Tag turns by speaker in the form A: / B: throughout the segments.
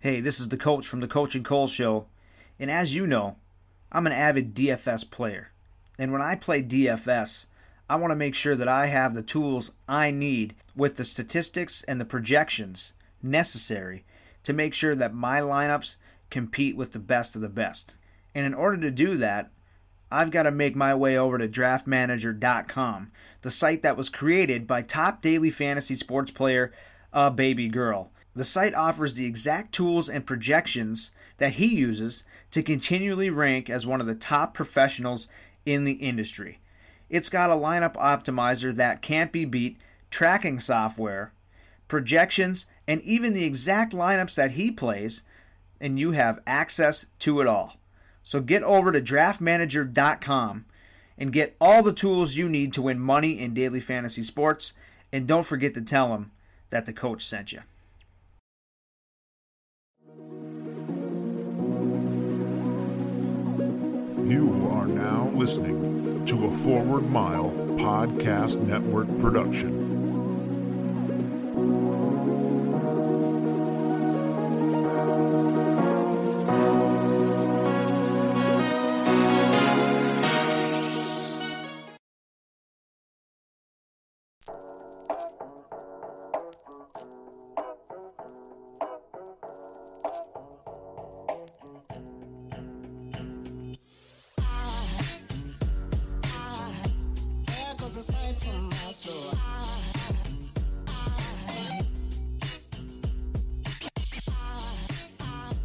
A: Hey, this is the coach from the Coach and Cole show. And as you know, I'm an avid DFS player. And when I play DFS, I want to make sure that I have the tools I need with the statistics and the projections necessary to make sure that my lineups compete with the best of the best. And in order to do that, I've got to make my way over to draftmanager.com, the site that was created by top daily fantasy sports player, a baby girl. The site offers the exact tools and projections that he uses to continually rank as one of the top professionals in the industry. It's got a lineup optimizer that can't be beat, tracking software, projections, and even the exact lineups that he plays, and you have access to it all. So get over to draftmanager.com and get all the tools you need to win money in daily fantasy sports. And don't forget to tell them that the coach sent you.
B: You are now listening to a Forward Mile Podcast Network production.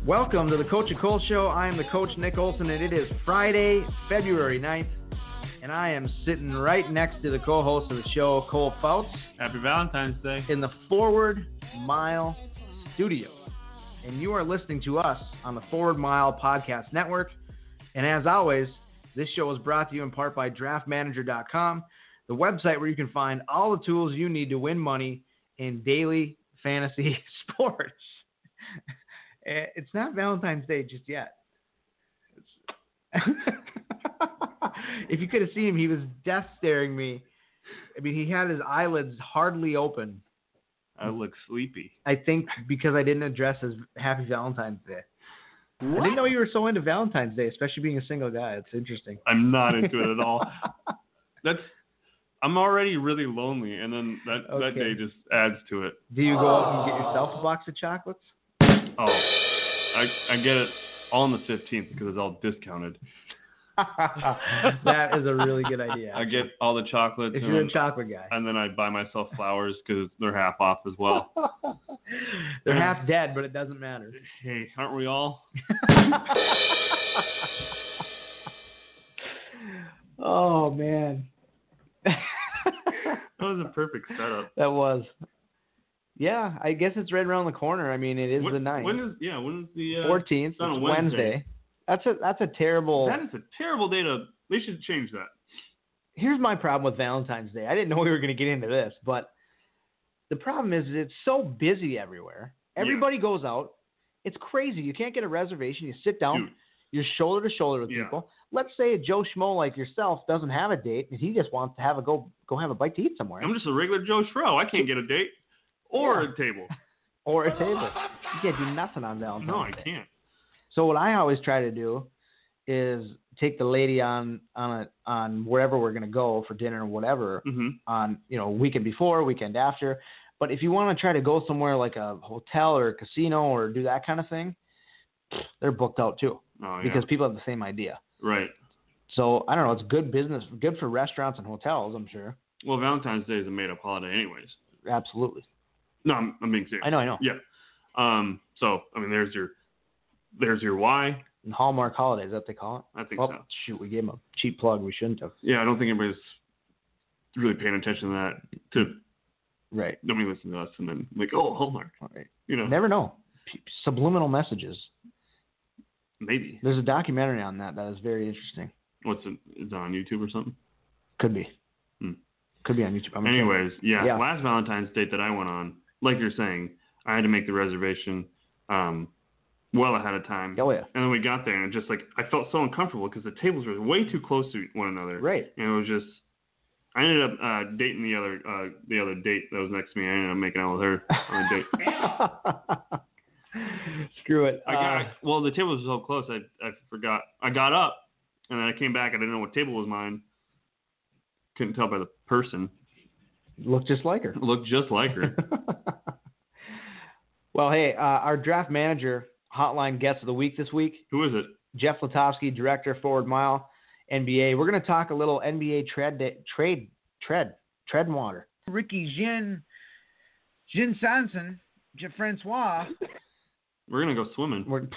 A: Welcome to the Coach and Cole Show. I am the coach, Nick Olson, and it is Friday, February 9th, and I am sitting right next to the co host of the show, Cole Fouts,
C: Happy Valentine's Day.
A: in the Forward Mile studio. And you are listening to us on the Forward Mile Podcast Network. And as always, this show is brought to you in part by draftmanager.com, the website where you can find all the tools you need to win money in daily fantasy sports. Eh, It's not Valentine's Day just yet. It's... if you could have seen him, he was death staring me. I mean, he had his eyelids hardly open.
C: I look sleepy.
A: I think because I didn't address his Happy Valentine's Day. I didn't know you were so into Valentine's Day, especially being a single guy. It's interesting.
C: I'm not into it at all. That's I'm already really lonely, and then that that
A: Okay.
C: day just adds to it.
A: Do you go out and get yourself a box of chocolates?
C: Oh, I I get it all on the 15th because it's all discounted.
A: that is a really good idea.
C: I get all the chocolates,
A: if
C: and
A: you're a
C: then,
A: chocolate guy,
C: and then I buy myself flowers because they're half off as well.
A: they're half dead, but it doesn't matter.
C: hey, aren't we all?
A: oh man,
C: That was a perfect setup.
A: that was. Yeah, I guess it's right around the corner. I mean, it is
C: When-
A: the ninth,
C: When is yeah? When is the uh,
A: fourteenth.
C: it's on a
A: Wednesday.
C: Wednesday.
A: That's a that's a terrible.
C: That is a terrible day to. They should change that.
A: Here's my problem with Valentine's Day. I didn't know we were going to get into this, but the problem is it's so busy everywhere.
C: Yeah.
A: Everybody goes out. It's crazy. You can't get a reservation. You sit down.
C: Dude.
A: You're shoulder to shoulder with
C: Yeah.
A: people. Let's say a Joe Schmo like yourself doesn't have a date and he just wants to have a go go have a bite to eat somewhere
C: I'm just a regular Joe Schro. I can't get a date or a table.
A: or a table. You can't do nothing on Valentine's
C: No, I
A: Day.
C: can't.
A: So what I always try to do is take the lady on on a, on wherever we're gonna go for dinner or whatever
C: hmm
A: on you know weekend before, weekend after. But if you want to try to go somewhere like a hotel or a casino or do that kind of thing, they're booked out too
C: Oh, yeah.
A: because people have the same idea.
C: right.
A: So I don't know. It's good business, good for restaurants and hotels, I'm sure.
C: Well, Valentine's Day is a made-up holiday, anyways.
A: Absolutely.
C: No, I'm, I'm being serious.
A: I know. I know.
C: Yeah. Um. So, I mean, there's your, there's your why.
A: And Hallmark holidays, that they call it.
C: I think
A: Well,
C: so.
A: shoot, we gave them a cheap plug. We shouldn't have.
C: Yeah, I don't think anybody's really paying attention to that. To
A: Right.
C: nobody listen to us, and then like, oh, Hallmark.
A: Right.
C: You know,
A: Never know. P- Subliminal messages.
C: maybe.
A: There's a documentary on that that is very interesting.
C: What's it? Is it on YouTube or something?
A: Could be.
C: Hmm.
A: Could be on YouTube. I'm
C: Anyways, yeah,
A: Yeah.
C: Last Valentine's date that I went on, like you're saying, I had to make the reservation, um, well ahead of time.
A: sure. Oh yeah.
C: And then we got there, and it just like I felt so uncomfortable because the tables were way too close to one another.
A: Right.
C: And it was just, I ended up uh, dating the other uh, the other date that was next to me. I ended up making out with her on a date.
A: Screw it.
C: I got
A: Uh,
C: well. The table was so close. I I forgot. I got up, and then I came back. I didn't know what table was mine. Couldn't tell by the person.
A: look just like her.
C: It looked just like her.
A: well, hey, uh, our draft manager hotline guest of the week this week,
C: Who is it?
A: Jeff Latovsky, director Forward Mile NBA. We're going to talk a little NBA trade trade tread tread water.
D: Ricky Jean, Jean Sanson, Francois.
C: We're gonna go swimming.
A: We're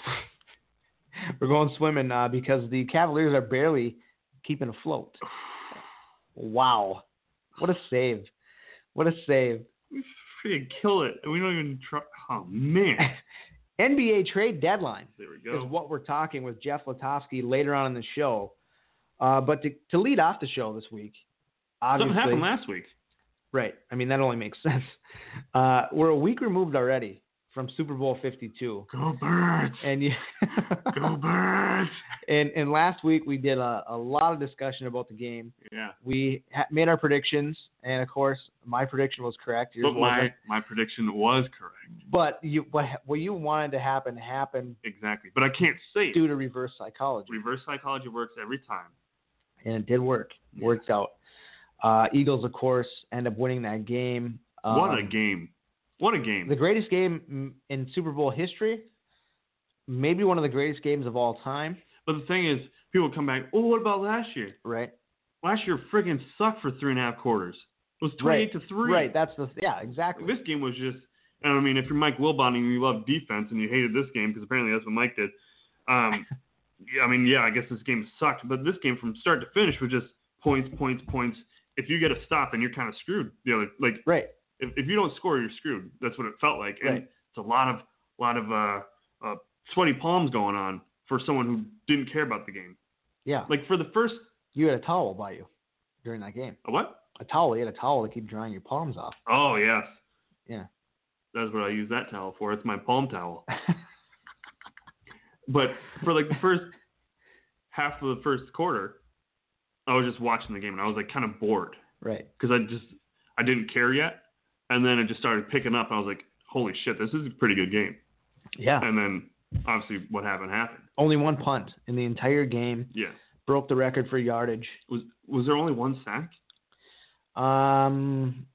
A: we're going swimming uh, because the Cavaliers are barely keeping afloat. Wow, what a save! What a save!
C: Freaking kill it. And we don't even try. Oh man.
A: NBA trade deadline.
C: There we
A: is
C: go.
A: what we're talking with Jeff Latovsky later on in the show. Uh, but to, to lead off the show this week, obviously,
C: Something happened last week.
A: right? I mean, that only makes sense. Uh, we're a week removed already from Super Bowl Fifty Two,
C: Go birds.
A: and you,
C: Go birds.
A: and and last week we did a, a lot of discussion about the game.
C: Yeah.
A: We ha- made our predictions, and of course, my prediction was correct. Yours
C: But my
A: wasn't.
C: my prediction was correct.
A: but you what what you wanted to happen happened
C: Exactly. But I can't say it.
A: due to reverse psychology.
C: Reverse psychology works every time.
A: and it did work.
C: Yeah.
A: Worked out. Uh, Eagles, of course, end up winning that game. Um,
C: what a game. What a game.
A: The greatest game mm, in Super Bowl history. Maybe one of the greatest games of all time.
C: But the thing is, people come back, oh, what about last year?
A: Right.
C: Last year friggin' sucked for three and a half quarters. It was 28 to 3.
A: Right. That's the yeah. Exactly.
C: This game was just, and I mean, if you're Mike Wilbon and you love defense and you hated this game, because apparently that's what Mike did, um, yeah, I mean, yeah, I guess this game sucked, but this game from start to finish was just points, points, points. If you get a stop, then you're kind of screwed. The other, like,
A: Right.
C: if, if you don't score, you're screwed. That's what it felt like. And
A: Right.
C: it's a lot of lot of uh, uh, sweaty palms going on for someone who didn't care about the game.
A: Yeah.
C: Like for the first
A: You had a towel by you during that game.
C: a what?
A: A towel. You had a towel to keep drying your palms off.
C: Oh yes.
A: Yeah.
C: That's what I use that towel for. It's my palm towel. but for like the first half of the first quarter, I was just watching the game and I was like kind of bored
A: Right.
C: because I just I didn't care yet. And then it just started picking up. And I was like, holy shit, this is a pretty good game.
A: Yeah.
C: And then obviously what happened happened.
A: Only one punt in the entire game.
C: Yeah.
A: Broke the record for yardage.
C: Was was there only one sack?
A: Um.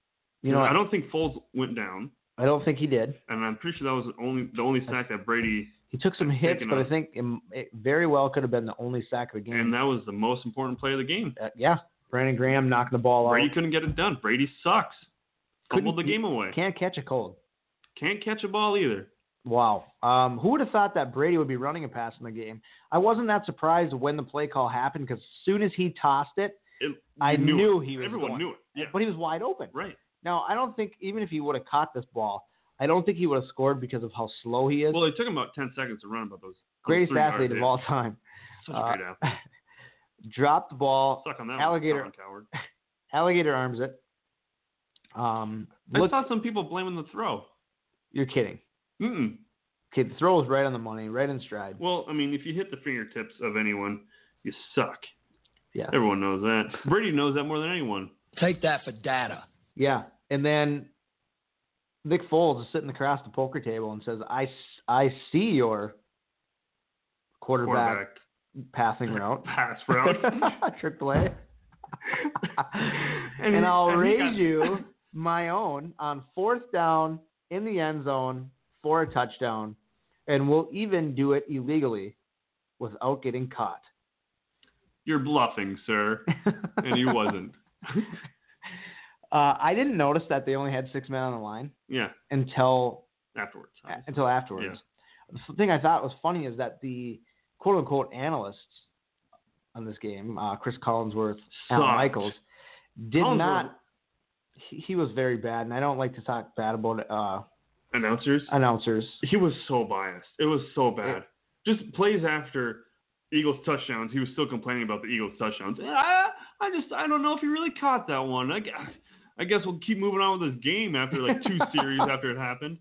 A: You know,
C: I
A: I
C: don't think Foles went down,
A: I don't think he did.
C: and I'm pretty sure that was the only the only sack that Brady,
A: He took some hits,
C: taken
A: but I
C: off.
A: think it, it very well could have been the only sack of the game.
C: and that was the most important play of the game.
A: Uh, yeah, Brandon Graham knocking the ball
C: Brady
A: out.
C: couldn't get it done. Brady sucks.
A: Couldn't-
C: Fumbled the game away. Can't,
A: Can't catch a cold.
C: catch a ball either.
A: Wow. Um, who would have thought that Brady would be running a pass in the game? I wasn't that surprised when the play call happened because as soon as he tossed it,
C: It-
A: I
C: you knew,
A: knew
C: it.
A: he was
C: Everyone
A: going.
C: knew it. Yeah,
A: but he was wide open.
C: right.
A: Now, I don't think, even if he would have caught this ball, I don't think he would have scored because of how slow he is.
C: Well, it took him about 10 seconds to run about those. those
A: Greatest
C: three yards.
A: athlete of
C: Yeah.
A: all time.
C: Such
A: uh,
C: a great athlete.
A: Dropped the ball,
C: Suck on that
A: alligator-
C: One, Colin Coward.
A: alligator arms it. Um,
C: I
A: look,
C: saw some people blaming the throw.
A: you're kidding.
C: Mm-mm.
A: Okay, the throw was right on the money, right in stride.
C: Well, I mean, if you hit the fingertips of anyone, you suck.
A: Yeah.
C: Everyone knows that. Brady knows that more than anyone.
E: Take that for data.
A: Yeah. And then Nick Foles is sitting across the poker table and says, I, s- I see your quarterback,
C: Quarterback
A: passing route.
C: pass route.
A: Trick play. and,
C: And he-
A: I'll
C: and he
A: raise
C: got-
A: you my own on fourth down in the end zone for a touchdown. And we'll even do it illegally without getting caught.
C: You're bluffing, sir. And he wasn't.
A: Uh, I didn't notice that they only had six men on the line
C: yeah.
A: until
C: Afterwards. obviously.
A: until afterwards. The thing I thought was funny is that the quote unquote analysts on this game, uh, Chris Collinsworth, Alan
C: Sucked.
A: Michaels, did
C: Collinsworth-
A: not. He, he was very bad, and I don't like to talk bad about uh,
C: Announcers.
A: announcers.
C: He was so biased. It was so bad. Just plays after Eagles touchdowns, he was still complaining about the Eagles touchdowns. I, I just I don't know if he really caught that one. I guess, I guess we'll keep moving on with this game after like two series after it happened.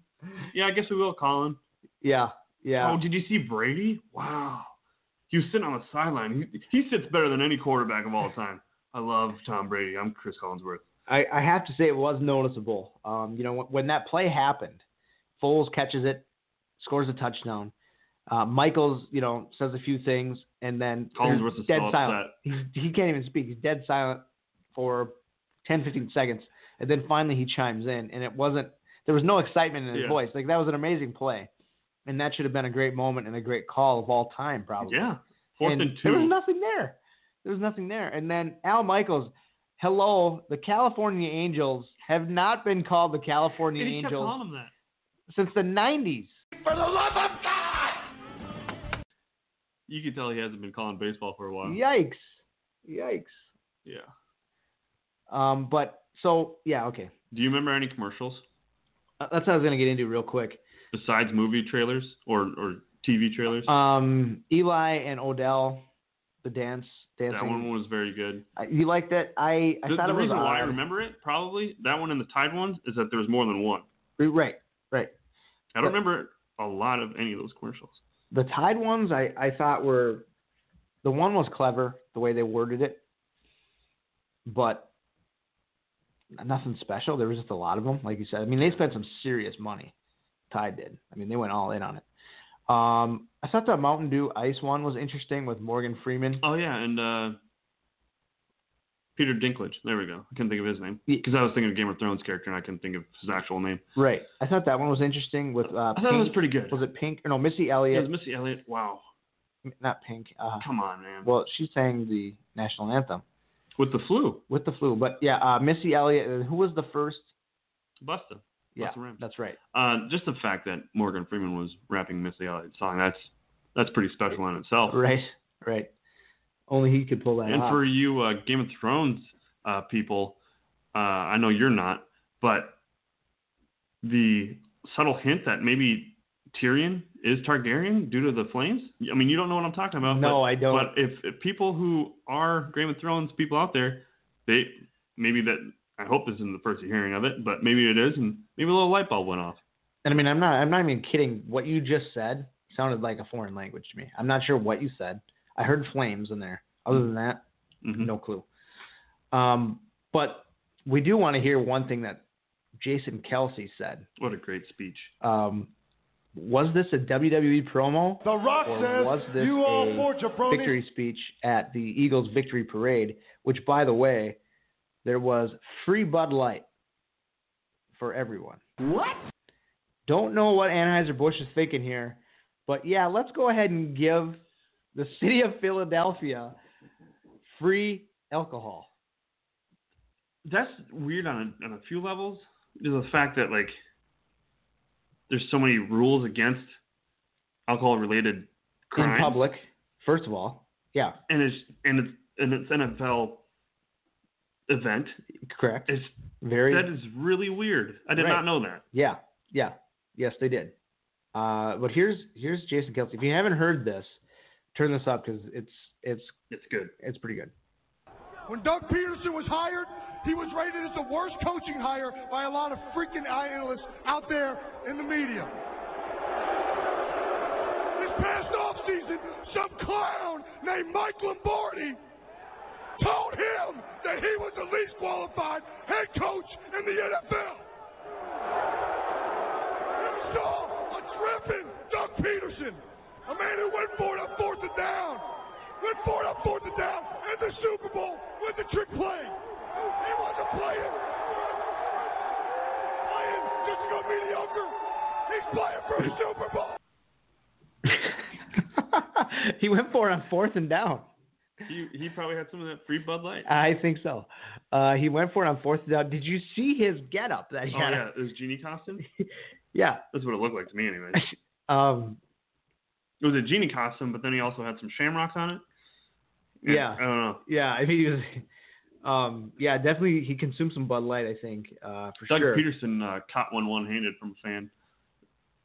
C: Yeah, I guess we will, Colin.
A: Yeah, yeah.
C: Oh, did you see Brady? Wow. He was sitting on the sideline. He, he sits better than any quarterback of all time. I love Tom Brady. I'm Chris Collinsworth.
A: I, I have to say it was noticeable. Um, you know, when, when that play happened, Foles catches it, scores a touchdown. Uh, Michaels, you know, says a few things, and then
C: Collinsworth
A: there's
C: is
A: dead
C: so
A: silent. He's, he can't even speak. He's dead silent for 10, 15 seconds, and then finally he chimes in, and it wasn't. There was no excitement in his
C: Yeah.
A: voice. Like that was an amazing play, and that should have been a great moment and a great call of all time, probably.
C: Yeah. Fourth
A: And
C: and,
A: There was
C: two.
A: nothing there. There was nothing there. And then Al Michaels, hello, the California Angels have not been called the California
C: And he kept
A: Angels
C: calling him that.
A: since the 90s.
C: You can tell he hasn't been calling baseball for a while.
A: Yikes. Yikes.
C: Yeah.
A: Um, but so, yeah, okay.
C: Do you remember any commercials
A: Uh, That's what I was going to get into real quick.
C: besides movie trailers or, or TV trailers?
A: Um, Eli and Odell, the dance, dancing.
C: that one was very good.
A: I- you liked it? I, I
C: the
A: thought
C: the
A: it was
C: reason why I
A: odd.
C: remember it, probably, that one and the Tide ones, is that there was more than one.
A: Right, right.
C: I don't
A: But-
C: remember a lot of any of those commercials.
A: the tide ones I, I thought were the one was clever the way they worded it but nothing special there was just a lot of them like you said i mean they spent some serious money tide did i mean they went all in on it um, i thought the mountain dew ice one was interesting with morgan freeman
C: Oh, yeah. And uh, Peter Dinklage. There we go. I couldn't think of his name.
A: Yeah.
C: Because I was thinking of Game of Thrones character and I couldn't think of his actual name.
A: right i thought that one was interesting with uh,
C: I thought it was
A: Pink-
C: pretty good.
A: was it pink or no missy
C: It
A: elliott
C: was Missy Elliott. Wow.
A: not pink uh,
C: Come on, man.
A: well she sang the national anthem
C: With the flu.
A: with the flu but yeah uh, missy elliott and who was the first
C: Busta.
A: yeah
C: Busta Rhymes.
A: that's right
C: Uh, just the fact that Morgan Freeman was rapping Missy Elliott's song, that's that's pretty special in itself.
A: Right, right. Only he could pull that
C: And
A: off.
C: for you uh, Game of Thrones uh, people, uh, I know you're not, but the subtle hint that maybe Tyrion is Targaryen due to the flames. I mean, you don't know what I'm talking about.
A: no,
C: but,
A: I don't.
C: But if, if people who are Game of Thrones people out there, they maybe that I hope this isn't the first hearing of it, but maybe it is, and maybe a little light bulb went off.
A: and I mean, I'm not. I'm not even kidding. What you just said sounded like a foreign language to me. I'm not sure what you said. I heard flames in there. Other than that,
C: Mhm.
A: no clue. Um, but we do want to hear one thing that Jason Kelsey said.
C: What a great speech.
A: Um, was this a WWE promo?
E: The Rock
A: Or
E: says
A: was this
E: you all
A: a
E: four jabronis.
A: victory speech at the Eagles victory parade, which by the way, there was free Bud Light for everyone.
E: What?
A: Don't know what Anheuser-Busch is thinking here, but yeah, let's go ahead and give the city of Philadelphia free alcohol.
C: that's weird on a, on a few levels. Is the fact that like there's so many rules against alcohol related crimes,
A: in public. First of all, yeah,
C: and it's and it's and it's NFL event.
A: correct.
C: It's
A: Very
C: that is really weird. I did
A: Right.
C: not know that.
A: Yeah, yeah, yes, they did. Uh, but here's here's Jason Kelsey. If you haven't heard this, turn this up because it's it's
C: It's good.
A: it's pretty good.
B: When Doug Peterson was hired, he was rated as the worst coaching hire by a lot of freaking analysts out there in the media. This past offseason, some clown named Mike Lombardi told him that he was the least qualified head coach in the NFL. And we saw a dripping Doug Peterson, a man who went for it on fourth and down, went for it on fourth and down, and the Super Bowl with the trick play. He wasn't playing. Playing just to go mediocre. He's playing for a Super Bowl.
A: he went for it on fourth and down.
C: He he probably had some of that free Bud Light.
A: I think so. Uh, he went for it on fourth and down. Did you see his get up that he
C: Oh
A: had?
C: yeah, it was genie costume.
A: Yeah.
C: That's what it looked like to me, anyway.
A: Um,
C: It was a genie costume, but then he also had some shamrocks on it.
A: Yeah.
C: I don't know.
A: yeah. I mean, he was, um, yeah, definitely he consumed some Bud Light, I think, uh, for
C: Doug
A: sure.
C: Peterson uh, caught one one handed from a fan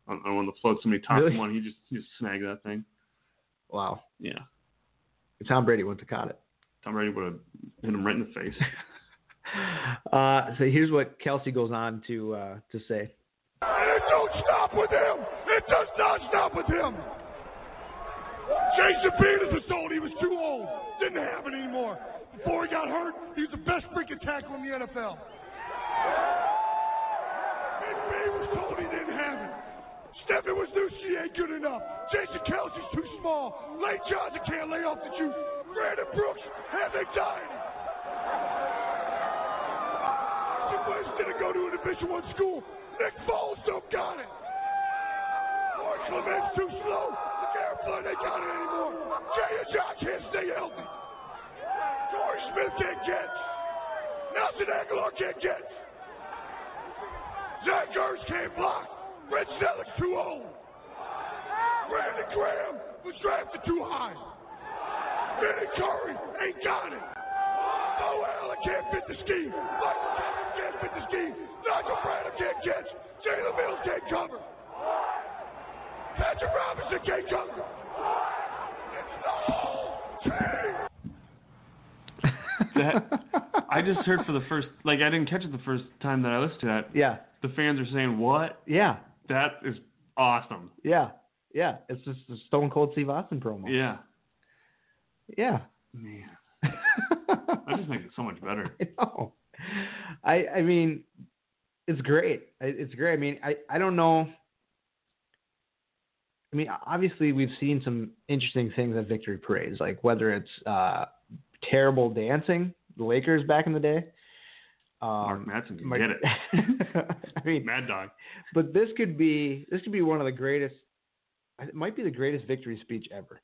C: on, on one of the floats. Somebody topped
A: Really?
C: him one. He just he just snagged that thing.
A: wow.
C: Yeah,
A: Tom Brady went to caught it.
C: Tom Brady would have hit him right in the face.
A: Uh, so here's what Kelsey goes on to uh, to say.
B: And it don't stop with him. It does not stop with him. Jason Peters was told he was too old. Didn't have it anymore. Before he got hurt, he was the best freaking tackle in the NFL. Big B was told he didn't have it. Stephen was new, she ain't good enough. Jason Kelsey's too small. Lane Johnson can't lay off the juice. Brandon Brooks has anxiety. She Wentz didn't go to a Division One school. Nick Foles don't got it. Mark Clement's too slow. Garrett Blunt ain't got it anymore. Jay and John can't stay healthy. Torrey Smith can't catch. Nelson Aguilar can't catch. Zach Ertz can't block. Rich Selleck's too old. Brandon Graham was drafted too high. Vinny Curry ain't got it. Bo Allen Oh, can't fit the scheme. Michael Thomas can't fit the scheme. Nigel Bradham can't catch. Jalen Mills can't cover. Patrick Robinson can't cover. It's the whole team.
C: That- I just heard for the first, like, I didn't catch it the first time that I listened to that.
A: yeah,
C: The fans are saying, "What?
A: yeah,
C: That is awesome."
A: yeah, yeah. It's just the Stone Cold Steve Austin promo.
C: Yeah,
A: Yeah.
C: man, that just makes it so much better.
A: I know. I I mean, it's great. I- It's great. I mean, I I don't know. I mean, obviously we've seen some interesting things at victory parades, like whether it's uh, terrible dancing, the Lakers back in the day.
C: Mark
A: Um,
C: Matson can
A: Mike-
C: get it.
A: I mean,
C: Mad Dog.
A: but this could be this could be one of the greatest. It might be the greatest victory speech ever.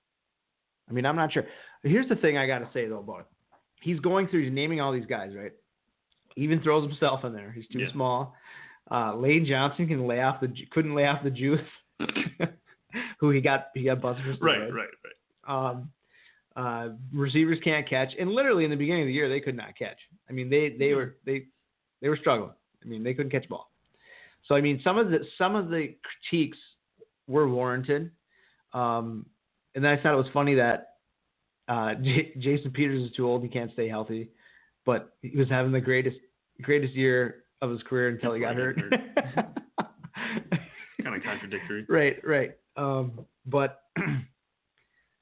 A: I mean, I'm not sure. Here's the thing I got to say though about it. He's going through. He's naming all these guys, right? He even throws himself in there. He's too
C: Yeah.
A: small. Uh, Lane Johnson can lay off the ju- couldn't lay off the juice. Who he got he got busted for
C: Right,
A: steroids.
C: right, right.
A: Um, uh, receivers can't catch, and literally in the beginning of the year they could not catch. I mean they they were they they were struggling. I mean they couldn't catch ball. So I mean some of the some of the critiques were warranted. Um, and then I thought it was funny that uh, J- Jason Peters is too old; he can't stay healthy. But he was having the greatest greatest year of his career until he got
C: Until
A: hurt.
C: he Kind of contradictory.
A: Right, right. Um, but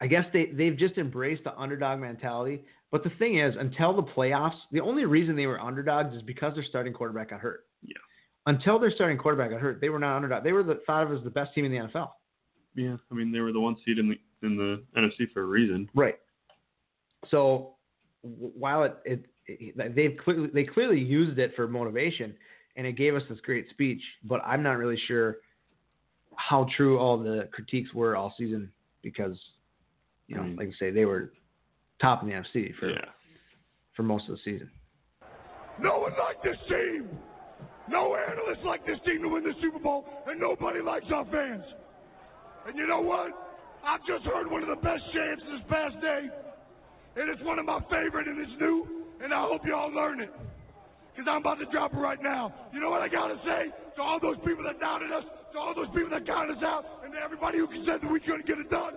A: I guess they, they've just embraced the underdog mentality. But the thing is, until the playoffs, the only reason they were underdogs is because their starting quarterback got hurt.
C: Yeah.
A: Until their starting quarterback got hurt, they were not underdog. They were the, thought of as the best team in the NFL.
C: Yeah, I mean, they were the one seed in the in the NFC for a reason.
A: Right. So w- while it, it, it they've clearly they clearly used it for motivation, and it gave us this great speech, but I'm not really sure how true all the critiques were all season because you know,
C: I mean-
A: like I say, they were top in the NFC for
C: Mm. Yeah.
A: for most of the season.
B: No one liked this team. No analyst liked this team to win the Super Bowl, and nobody likes our fans. And you know what? I've just heard one of the best chants this past day, and it's one of my favorite, and it's new, and I hope you all learn it. Because I'm about to drop it right now. You know what I got to say to all those people that doubted us, to all those people that counted us out, and to everybody who said that we couldn't get it done?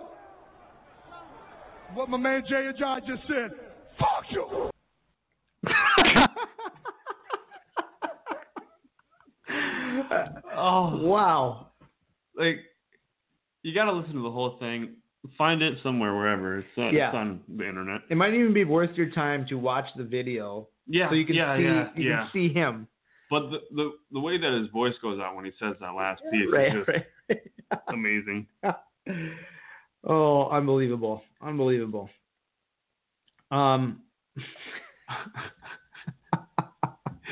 B: What my man Jay and John just said. Fuck you!
C: Oh,
A: Wow.
C: like you got to listen to the whole thing. Find it somewhere, wherever it's, on-
A: Yeah.
C: it's on the internet.
A: It might even be worth your time to watch the video
C: Yeah,
A: so you can
C: yeah,
A: see
C: yeah,
A: you
C: yeah.
A: can see him.
C: But the, the the way that his voice goes out when he says that last piece
A: Right,
C: is just
A: right, right.
C: amazing.
A: oh, unbelievable. Unbelievable. Um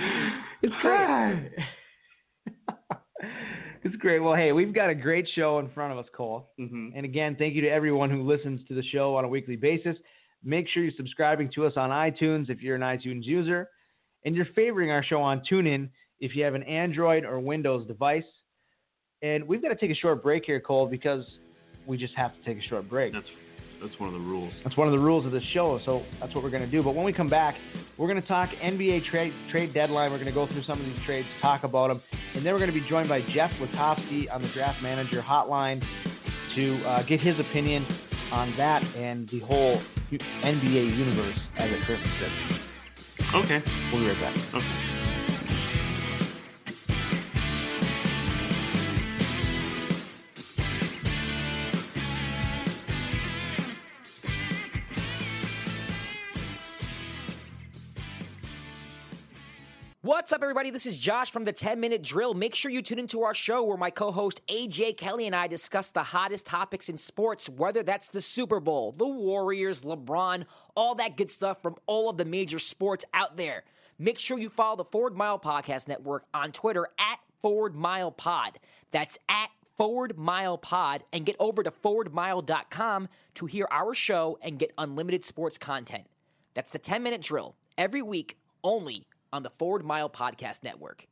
A: It's great. it's great. Well, hey, we've got a great show in front of us, Cole.
C: hmm
A: And again, thank you to everyone who listens to the show on a weekly basis. Make sure you're subscribing to us on iTunes if you're an iTunes user, and you're favoring our show on TuneIn if you have an Android or Windows device. And we've got to take a short break here, Cole, because we just have to take a short break.
C: That's that's one of the rules.
A: That's one of the rules of this show, so that's what we're going to do. But when we come back, we're going to talk NBA trade trade deadline. We're going to go through some of these trades, talk about them, and then we're going to be joined by Jeff Witowski on the Draft Manager Hotline to uh, get his opinion on that and the whole u- NBA universe as it currently sits.
C: Okay.
A: We'll be right back.
C: Okay.
E: What's up, everybody? This is Josh from the 10 Minute Drill. Make sure you tune into our show where my co host AJ Kelly and I discuss the hottest topics in sports, whether that's the Super Bowl, the Warriors, LeBron, all that good stuff from all of the major sports out there. Make sure you follow the Forward Mile Podcast Network on Twitter at Forward Mile Pod. That's at Forward Mile Pod and get over to forwardmile.com to hear our show and get unlimited sports content. That's the 10 minute drill every week only on the Forward Mile Podcast Network.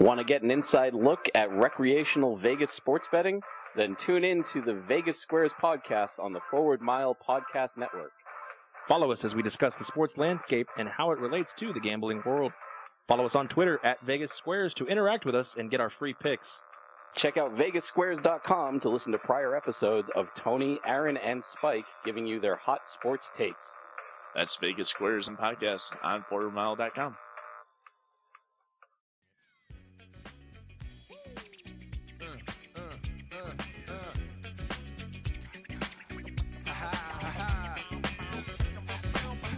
F: Want to get an inside look at recreational Vegas sports betting? Then tune in to the Vegas Squares podcast on the Forward Mile Podcast Network.
G: Follow us as we discuss the sports landscape and how it relates to the gambling world. Follow us on Twitter at Vegas Squares to interact with us and get our free picks.
F: Check out VegasSquares.com to listen to prior episodes of Tony, Aaron, and Spike giving you their hot sports takes.
H: That's Vegas Squares and Podcast on ForwardMile.com.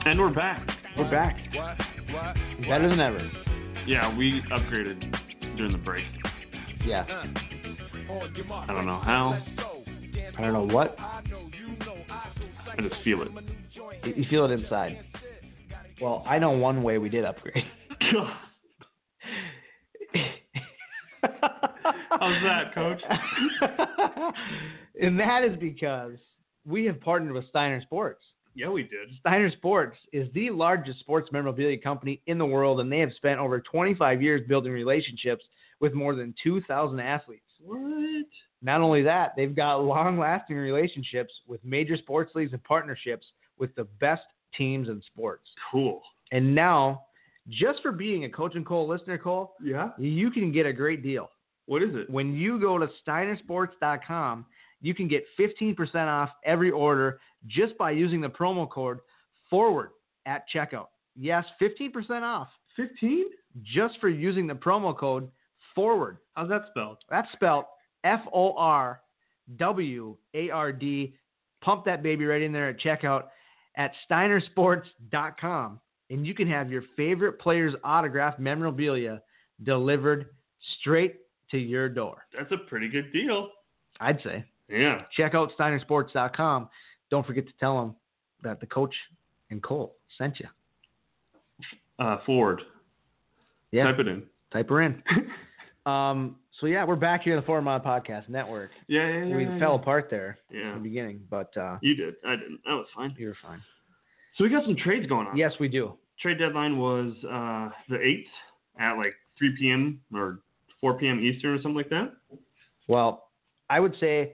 C: And we're back.
A: We're back. Better than ever.
C: Yeah, we upgraded during the break.
A: Yeah.
C: I don't know how.
A: I don't know what.
C: I just feel it.
A: You you feel it inside. Well, I know one way we did upgrade.
C: How's that, coach?
A: and that is because we have partnered with Steiner Sports.
C: yeah, we did.
A: Steiner Sports is the largest sports memorabilia company in the world, and they have spent over 25 years building relationships with more than 2,000 athletes.
C: What?
A: Not only that, they've got long lasting relationships with major sports leagues and partnerships with the best teams in sports.
C: Cool.
A: And now, just for being a Coach and Cole listener, Cole,
C: Yeah.
A: you can get a great deal.
C: What is it?
A: When you go to steinersports.com, you can get 15% off every order just by using the promo code forward at checkout. Yes, 15% off
C: 15?
A: just for using the promo code forward.
C: How's that spelled?
A: That's spelled F O R W A R D. Pump that baby right in there at checkout at steinersports.com. And you can have your favorite player's autographed memorabilia delivered straight to your door.
C: That's a pretty good deal.
A: I'd say.
C: Yeah.
A: Check out steinersports.com. Don't forget to tell them that the coach and Cole sent you.
C: Uh, forward.
A: Yeah.
C: Type it in.
A: Type her in. um, so, yeah, we're back here on the Four Mile Podcast Network.
C: Yeah, yeah, yeah.
A: We
C: yeah,
A: fell apart there
C: Yeah.
A: in the beginning, but uh,
C: You did. I didn't. That was fine.
A: you were fine.
C: So we got some trades going on.
A: Yes, we do.
C: Trade deadline was uh, the 8th at like 3 p.m. or 4 p.m. Eastern or something like that.
A: Well, I would say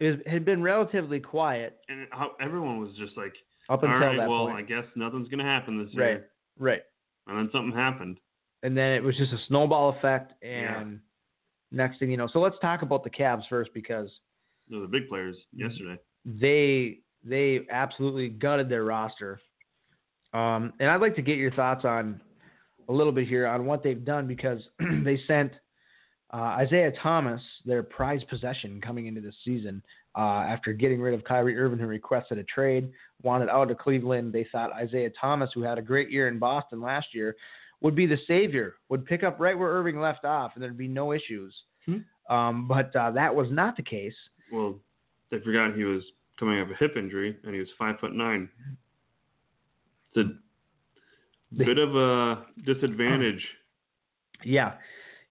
A: it had been relatively quiet
C: And it- how, everyone was just like,
A: up
C: all
A: until
C: right,
A: that
C: well, I
A: point.
C: guess nothing's going to happen this
A: Right.
C: year.
A: Right.
C: And then something happened.
A: And then it was just a snowball effect. And
C: Yeah.
A: next thing you know, so let's talk about the Cavs first because
C: They're the big players
A: Mm-hmm.
C: yesterday.
A: they they absolutely gutted their roster. Um, and I'd like to get your thoughts on a little bit here on what they've done because they sent uh, Isaiah Thomas, their prize possession coming into this season, uh, after getting rid of Kyrie Irving, who requested a trade, wanted out of Cleveland. They thought Isaiah Thomas, who had a great year in Boston last year, would be the savior, would pick up right where Irving left off, and there'd be no issues.
C: Hmm.
A: Um, but uh, that was not the case.
C: Well, they forgot he was coming off a hip injury and he was five foot nine. It's a bit of a disadvantage.
A: Yeah.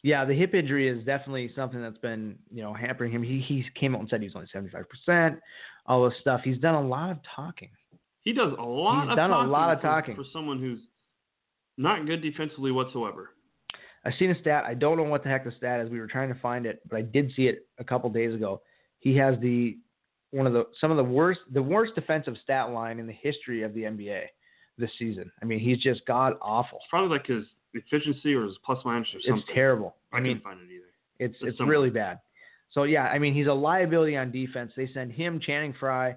A: Yeah, the hip injury is definitely something that's been, you know, hampering him. He he came out and said he was only seventy five percent, all this stuff. He's done a lot of talking.
C: He does a lot
A: He's
C: of
A: done a
C: talking
A: lot of
C: for-
A: talking.
C: for someone who's not good defensively whatsoever.
A: I've seen a stat. I don't know what the heck the stat is. We were trying to find it, but I did see it a couple days ago. He has the one of the some of the worst the worst defensive stat line in the history of the NBA this season. I mean, he's just god awful.
C: It's probably like his efficiency or his plus minus or something.
A: It's terrible.
C: I,
A: I mean,
C: can't find it either.
A: It's
C: It's
A: it's
C: somewhere.
A: really bad. So yeah, I mean he's a liability on defense. They send him Channing Frye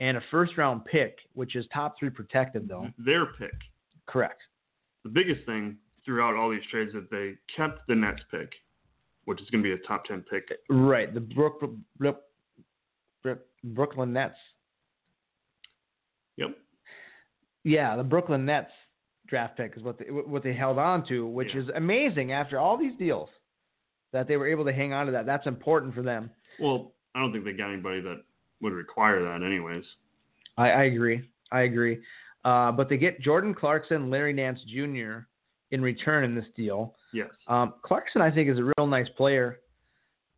A: and a first round pick, which is top three protected though.
C: Their pick.
A: Correct.
C: The biggest thing throughout all these trades that they kept the Nets pick, which is going to be a top ten pick.
A: Right. The Brook, Brook, Brook- Brooklyn Nets.
C: Yep.
A: yeah, the Brooklyn Nets draft pick is what they what they held on to, which
C: Yeah.
A: is amazing after all these deals that they were able to hang on to that. That's important for them.
C: Well, I don't think they got anybody that would require that, anyways.
A: I, I agree. I agree. Uh, but they get Jordan Clarkson, Larry Nance Jr. in return in this deal.
C: Yes.
A: Um, Clarkson, I think, is a real nice player.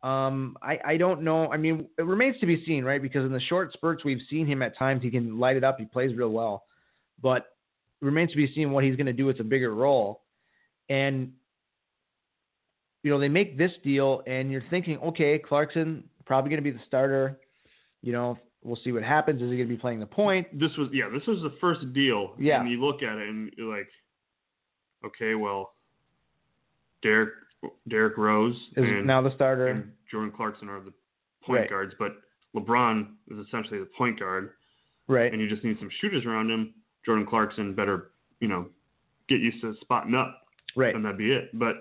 A: Um, I, I don't know. I mean, it remains to be seen, right? Because in the short spurts we've seen him at times, he can light it up. He plays real well, but remains to be seen what he's going to do with a bigger role. And you know, they make this deal, and you're thinking, okay, Clarkson probably going to be the starter. You know, we'll see what happens. Is he going to be playing the point?
C: This was yeah. This was the first deal.
A: Yeah.
C: And you look at it and you're like, okay, well, Derek Derek Rose
A: Is
C: and,
A: now the starter?
C: and Jordan Clarkson are the point
A: Right.
C: guards, but LeBron is essentially the point guard,
A: right.
C: and you just need some shooters around him. Jordan Clarkson better, you know, get used to spotting up.
A: Right.
C: and that'd be it. But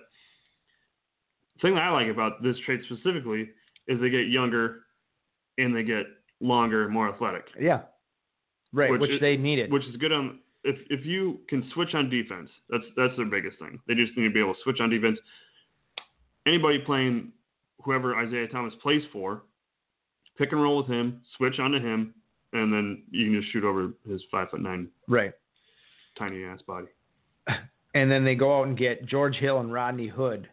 C: the thing that I like about this trade specifically is they get younger and they get longer, more athletic,
A: Yeah. Right.
C: Which
A: Which,
C: is-
A: they needed.
C: which is good on if if you can switch on defense. That's that's their biggest thing. They just need to be able to switch on defense. Anybody playing whoever Isaiah Thomas plays for, pick and roll with him, switch onto him, and then you can just shoot over his five foot nine
A: right.
C: tiny ass body.
A: And then they go out and get George Hill and Rodney Hood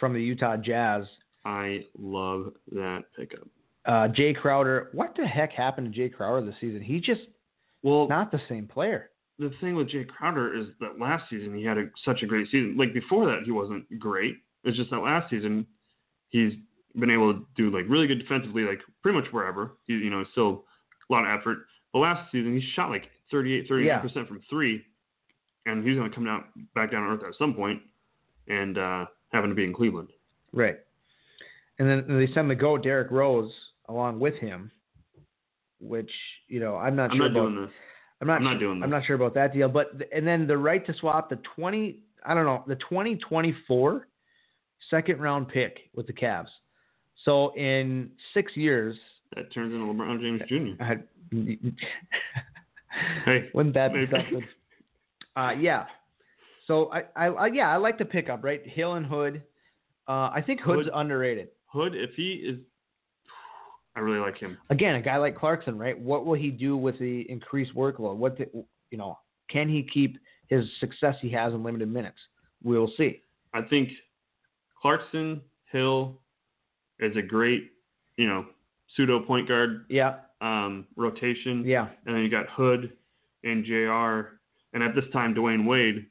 A: from the Utah Jazz.
C: I love that pickup.
A: Uh, Jay Crowder. What the heck happened to Jay Crowder this season? He's just
C: Well,
A: not the same player.
C: the thing with Jay Crowder is that last season he had a, such a great season. Like before that, he wasn't great. It's just that last season he's been able to do like really good defensively, like pretty much wherever. He, you know, still a lot of effort. But last season he shot like 38, 39 percent from three, and he's going to come down back down to earth at some point, and uh, having to be in Cleveland.
A: Right. And then they send the go Derrick Rose along with him, which you know I'm not
C: I'm
A: sure
C: not
A: about.
C: doing this.
A: I'm not,
C: I'm not
A: su-
C: doing
A: I'm
C: this.
A: not sure about that deal, but th- and then the right to swap the 20, I don't know, the 2024 second round pick with the Cavs. So in 6 years,
C: That turns into LeBron James Jr.
A: I,
C: Hey,
A: wouldn't that be
C: maybe.
A: something? Uh, yeah. So I, I, I, yeah, I like the pickup, right? Hill and Hood. Uh, I think Hood's
C: Hood-
A: underrated.
C: Hood, if he is, I really like him.
A: Again, a guy like Clarkson, right? What will he do with the increased workload? What, the, you know, can he keep his success he has in limited minutes? We'll see.
C: I think Clarkson Hill is a great, you know, pseudo point guard
A: Yeah,
C: um, rotation.
A: yeah,
C: And then you got Hood and Jr. And at this time, Dwayne Wade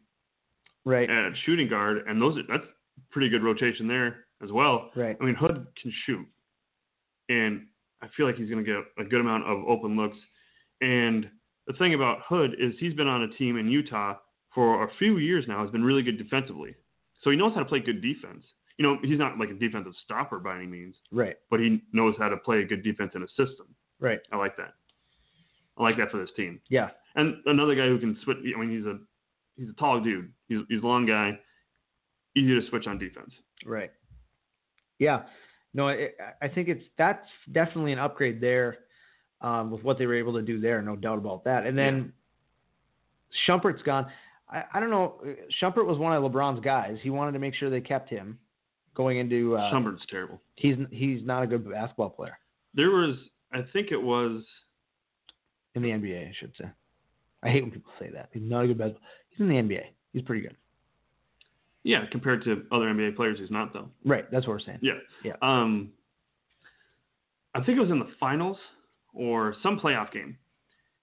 A: right,
C: at shooting guard, and those are, that's pretty good rotation there as well.
A: right,
C: I mean, Hood can shoot, and I feel like he's going to get a good amount of open looks. And the thing about Hood is he's been on a team in Utah for a few years now. Has been really good defensively, so he knows how to play good defense. You know, he's not like a defensive stopper by any means,
A: right,
C: but he knows how to play a good defense in a system.
A: right.
C: I like that. I like that for this team.
A: Yeah,
C: And another guy who can switch. I mean, he's a he's a tall dude. He's he's a long guy. Easy to switch on defense.
A: right. Yeah, no, it, I I think it's that's definitely an upgrade there um, with what they were able to do there. No doubt about that. And then Shumpert's gone. I, I don't know. uh, Shumpert was one of LeBron's guys. He wanted to make sure they kept him going into. Uh,
C: Shumpert's terrible.
A: he's he's not a good basketball player
C: there was I think it was
A: in the NBA. I should say. I hate when people say that. He's not a good basketball. He's in the NBA. He's pretty good.
C: yeah, compared to other NBA players he's not though.
A: Right. That's what we're saying.
C: Yeah.
A: Yeah.
C: Um I think it was in the finals or some playoff game.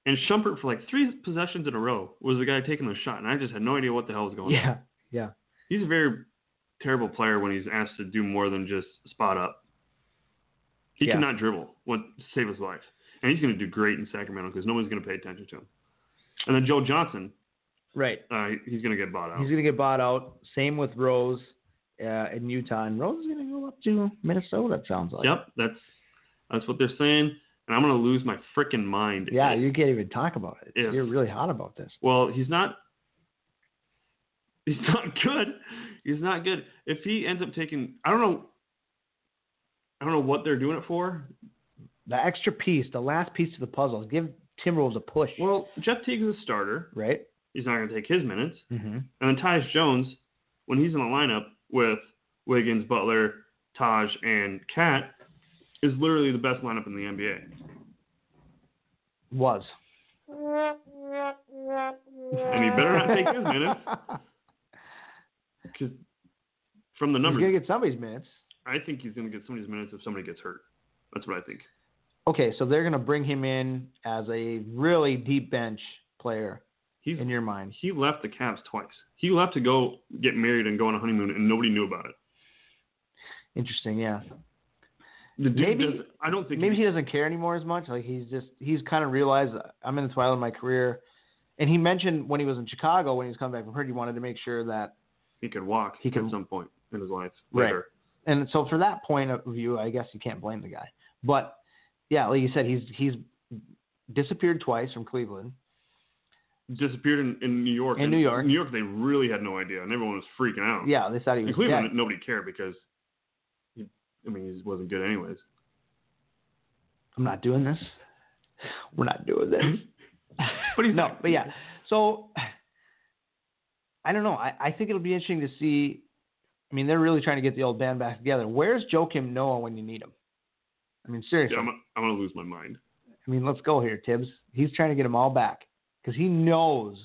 C: And Shumpert for like three possessions in a row was the guy taking the shot and I just had no idea what the hell was going on.
A: Yeah. Yeah.
C: He's a very terrible player when he's asked to do more than just spot up. He
A: Yeah.
C: cannot dribble what to save his life. And he's going to do great in Sacramento because nobody's going to pay attention to him. And then Joe Johnson,
A: Right.
C: uh, he's going to get bought out.
A: He's going to get bought out. Same with Rose uh, in Utah. And Rose is going to go up to Minnesota, it sounds like.
C: Yep, that's that's what they're saying, and I'm gonna lose my freaking mind.
A: Yeah, you can't even talk about it.
C: If-
A: You're really hot about this.
C: well, he's not. He's not good. He's not good. If he ends up taking, I don't know. I don't know what they're doing it for.
A: The extra piece, the last piece of the puzzle, give Timberwolves a push,
C: Well, Jeff Teague is a starter.
A: right?
C: He's not going to take his minutes.
A: Mm-hmm.
C: And then Taj Jones, when he's in the lineup with Wiggins, Butler, Taj, and Cat, is literally the best lineup in the NBA.
A: Was.
C: And he better not take his minutes because from the
A: He's gonna
C: numbers,
A: get somebody's minutes.
C: I think he's going to get somebody's minutes if somebody gets hurt. That's what I think.
A: Okay, so they're gonna bring him in as a really deep bench player
C: He's
A: in your mind.
C: he left the Cavs twice. He left to go get married and go on a honeymoon, and nobody knew about it.
A: Interesting, yeah.
C: The dude
A: Maybe-
C: does- I don't think
A: Maybe he doesn't care anymore as much. Like he's just he's kind of realized I'm in the twilight of my career. And he mentioned when he was in Chicago when he was coming back from hurt, he wanted to make sure that
C: he could walk.
A: he could-
C: at some point in his life
A: Right.
C: later.
A: and so for that point of view, I guess you can't blame the guy. But yeah, like you said, he's he's disappeared twice from Cleveland.
C: Disappeared in, in New York.
A: In
C: and
A: New York.
C: New York, they really had no idea, and everyone was freaking out.
A: Yeah, they thought he
C: In
A: was
C: Cleveland,
A: dead.
C: nobody cared because, he, I mean, he just wasn't good anyways.
A: I'm not doing this. We're not doing this.
C: But he's
A: no,
C: not.
A: but yeah. So I don't know. I, I think it'll be interesting to see. I mean, they're really trying to get the old band back together. Where's Joakim Noah when you need him? I mean, seriously.
C: Yeah, I'm, I'm gonna lose my mind.
A: I mean, let's go here, Tibbs. He's trying to get them all back because he knows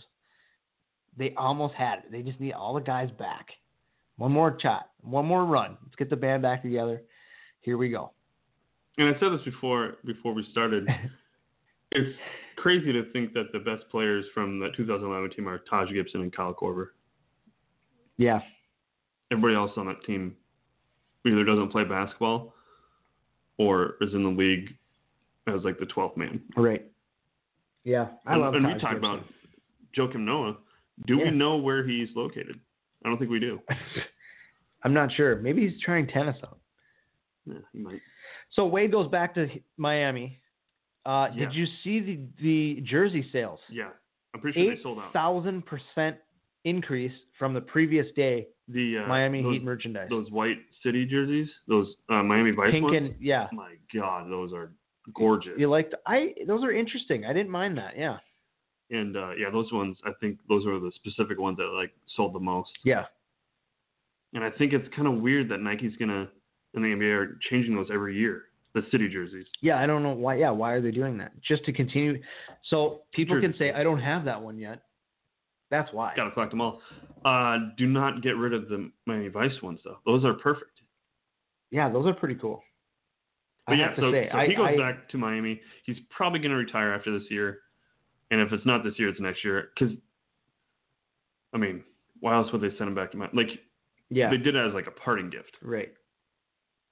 A: they almost had it. They just need all the guys back. One more shot, one more run. Let's get the band back together. Here we go.
C: And I said this before before we started. it's crazy to think that the best players from the 2011 team are Taj Gibson and Kyle Korver.
A: Yeah,
C: everybody else on that team either doesn't play basketball or is in the league as like the 12th man.
A: right. Yeah, I
C: and,
A: love.
C: and we
A: Taj
C: talk
A: Gibson.
C: about Joakim Noah. Do
A: Yeah.
C: we know where he's located? I don't think we do.
A: I'm not sure. Maybe he's trying tennis out.
C: Yeah, he might.
A: So Wade goes back to Miami. Uh,
C: Yeah.
A: Did you see the, the jersey sales?
C: Yeah, I'm pretty sure
A: Eight
C: they sold out.
A: thousand percent increase from the previous day.
C: The uh,
A: Miami
C: those,
A: Heat merchandise.
C: Those white city jerseys, those uh, Miami Vice
A: Pink
C: ones.
A: and yeah,
C: My God, those are gorgeous.
A: you liked. I those are interesting. I didn't mind that. Yeah,
C: And uh, yeah, those ones. I think those are the specific ones that like sold the most.
A: yeah.
C: And I think it's kind of weird that Nike's gonna and the NBA are changing those every year. The city jerseys.
A: Yeah, I don't know why. Yeah, why are they doing that? Just to continue. So people
C: Jersey
A: can say, I don't have that one yet. That's why.
C: Gotta collect them all. Uh, do not get rid of the Miami Vice ones though. Those are perfect.
A: Yeah, those are pretty cool.
C: But
A: I
C: yeah,
A: have to
C: so,
A: say,
C: so
A: I,
C: he goes
A: I-
C: back to Miami. He's probably gonna retire after this year. And if it's not this year, it's next year. Because, I mean, why else would they send him back to Miami? Like
A: yeah,
C: they did it as like a parting gift.
A: right.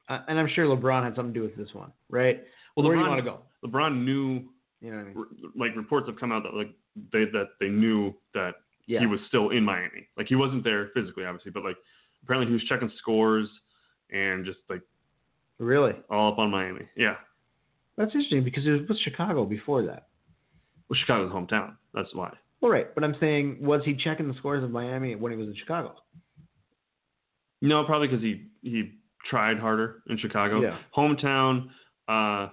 A: Uh, and I'm sure LeBron had something to do with this one, right?
C: Well,
A: Where do
C: LeBron-
A: you want to go?
C: LeBron knew,
A: You know what I mean?
C: r- like reports have come out that like they that they knew that
A: Yeah.
C: he was still in Miami. Like he wasn't there physically, obviously, but like apparently he was checking scores and just like
A: really?
C: all up on Miami. Yeah,
A: That's interesting because it was with Chicago before that.
C: well, Chicago's hometown. That's why.
A: Well, right. But I'm saying, was he checking the scores of Miami when he was in Chicago?
C: No, probably because he he tried harder in Chicago.
A: Yeah.
C: Hometown. Uh,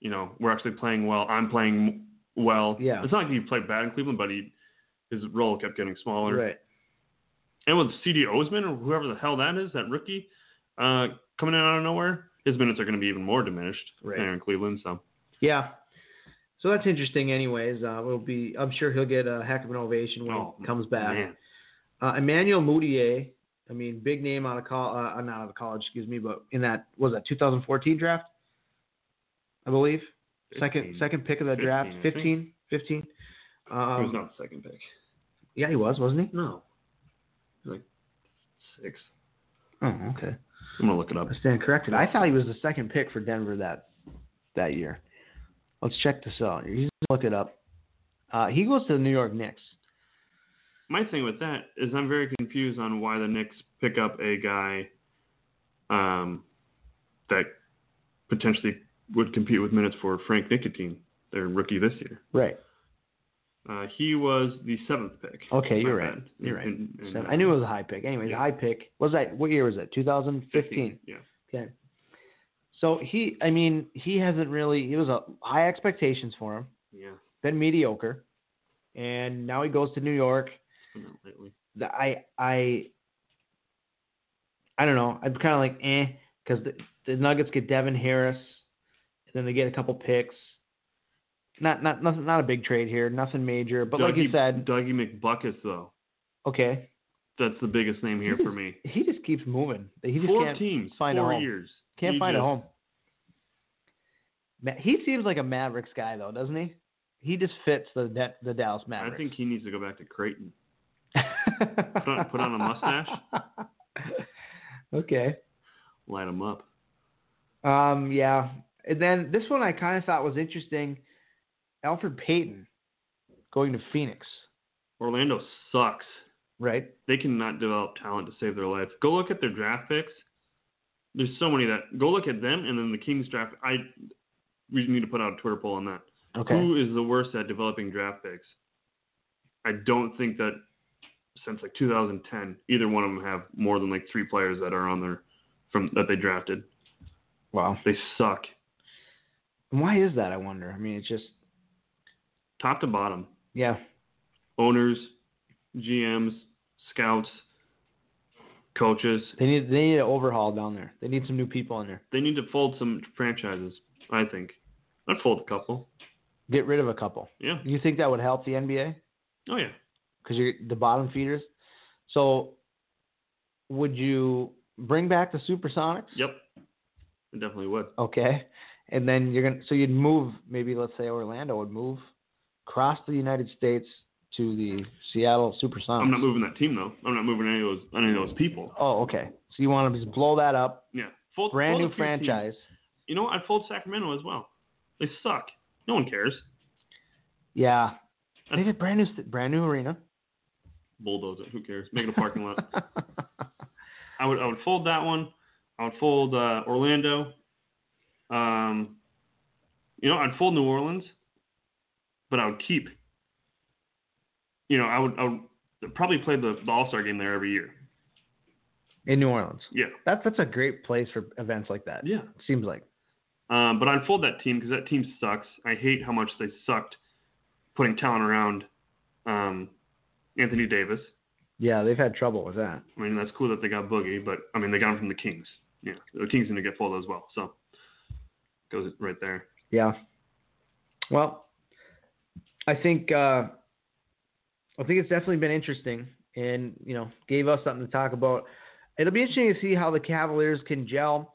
C: you know, we're actually playing well. I'm playing well.
A: Yeah.
C: It's not like he played bad in Cleveland, but he his role kept getting smaller.
A: Right.
C: And with CD Osman or whoever the hell that is, that rookie, uh, coming in out of nowhere, his minutes are going to be even more diminished
A: Right.
C: there in Cleveland. So.
A: Yeah. So that's interesting. Anyways, uh, we'll be. I'm sure he'll get a heck of an ovation when
C: Oh,
A: he comes back.
C: man.
A: Uh, Emmanuel Moutier. I mean, big name out of col- uh, not out of college, excuse me, but in that was that 2014 draft, I believe. Second
C: 15.
A: second pick of the draft,
C: 15, I think.
A: 15, 15.
C: He was
A: Um,
C: not the second pick.
A: yeah, he was, wasn't he?
C: No. Like six.
A: Oh, okay.
C: I'm gonna look it up.
A: I stand corrected. I thought he was the second pick for Denver that that year. Let's check this out. You just look it up. Uh, he goes to the New York Knicks.
C: My thing with that is I'm very confused on why the Knicks pick up a guy um, that potentially would compete with minutes for Frank Nicotine, their rookie this year.
A: Right.
C: Uh, he was the seventh pick.
A: Okay,
C: My
A: you're right.
C: bad.
A: You're right.
C: In- in-
A: Seven.
C: uh,
A: I knew it was a high pick. Anyways,
C: yeah.
A: high pick. What was that? What year was it? 2015.
C: Yeah.
A: Okay. So he, I mean, he hasn't really. He was a high expectations for him.
C: Yeah.
A: then mediocre, and now he goes to New York.
C: lately.
A: The, I I I don't know. I'm kind of like eh because the, the Nuggets get Devin Harris, and then they get a couple picks. Not not nothing. Not a big trade here. Nothing major. But like you
C: Dougie-
A: said,
C: Dougie McBuckets though.
A: okay,
C: That's the biggest name here for me.
A: he just keeps moving. He just
C: Four
A: can't
C: teams,
A: find a
C: four
A: home.
C: years.
A: Can't
C: He
A: find a
C: just-
A: home. Ma- He seems like a Mavericks guy though, doesn't he? He just fits the Da- the Dallas Mavericks.
C: I think he needs to go back to Creighton. on- put on a mustache?
A: okay.
C: Light him up.
A: Um. Yeah. And then this one I kind of thought was interesting. Alfred Payton going to Phoenix,
C: Orlando sucks.
A: right?
C: They cannot develop talent to save their life. Go look at their draft picks. There's so many that go look at them and then the Kings draft. I we need to put out a Twitter poll on that. Who is the worst at developing draft picks? I don't think that since like 2010, either one of them have more than like three players that are on there from that they drafted.
A: Wow.
C: They suck
A: And why is that? I wonder. I mean, it's just
C: top to bottom.
A: yeah.
C: Owners, GMs, scouts, coaches.
A: They need they need an overhaul down there. They need some new people in there.
C: They need to fold some franchises. I think. I'd fold a couple.
A: Get rid of a couple.
C: Yeah.
A: You think that would help the NBA?
C: Oh yeah.
A: because you're the bottom feeders. So, would you bring back the Supersonics?
C: Yep. I definitely would.
A: Okay, and then you're gonna so you'd move maybe let's say Orlando would move across the United States to the Seattle Supersonics.
C: I'm not moving that team though. I'm not moving any of those any of those people.
A: Oh, okay. So you want to just blow that up,
C: Yeah. Fold,
A: brand
C: fold a
A: new
C: few teams.
A: franchise.
C: You know, I'd fold Sacramento as well. They suck. No one cares.
A: Yeah, they did brand new st- brand new arena.
C: Bulldoze it. Who cares? Make it a parking lot. I would I would fold that one. I would fold uh, Orlando. Um, you know, I'd fold New Orleans, but I would keep. You know, I would I would probably play the, the All Star game there every year.
A: In New Orleans,
C: Yeah,
A: that's that's a great place for events like that.
C: yeah.
A: Seems like
C: Um, but I'd fold that team because that team sucks. I hate how much they sucked putting talent around um, Anthony Davis.
A: yeah, they've had trouble with that.
C: I mean, that's cool that they got Boogie, but I mean, they got him from the Kings. Yeah, the Kings going to get folded as well. So goes right there.
A: Yeah. Well, I think uh, I think it's definitely been interesting, and you know, gave us something to talk about. It'll be interesting to see how the Cavaliers can gel.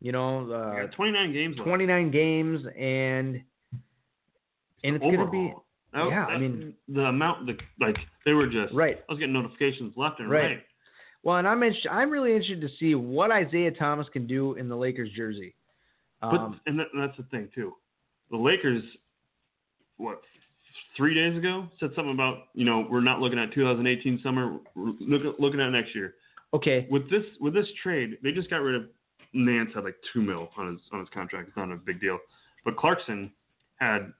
A: You know,
C: Yeah,
A: uh,
C: 29 games. left.
A: 29 games, and and it's gonna be
C: Overall. That-
A: yeah,
C: that-
A: I mean-
C: the amount, the like they were just
A: right.
C: I was getting notifications left and
A: Right.
C: right.
A: Well, and I'm inter- I'm really interested to see what Isaiah Thomas can do in the Lakers jersey.
C: But
A: Um,
C: and that, that's the thing too. The Lakers, what three days ago said something about you know we're not looking at 2018 summer, we're look, looking at next year.
A: okay,
C: With this with this trade, they just got rid of Nance had like two mil on his on his contract. It's not a big deal, but Clarkson had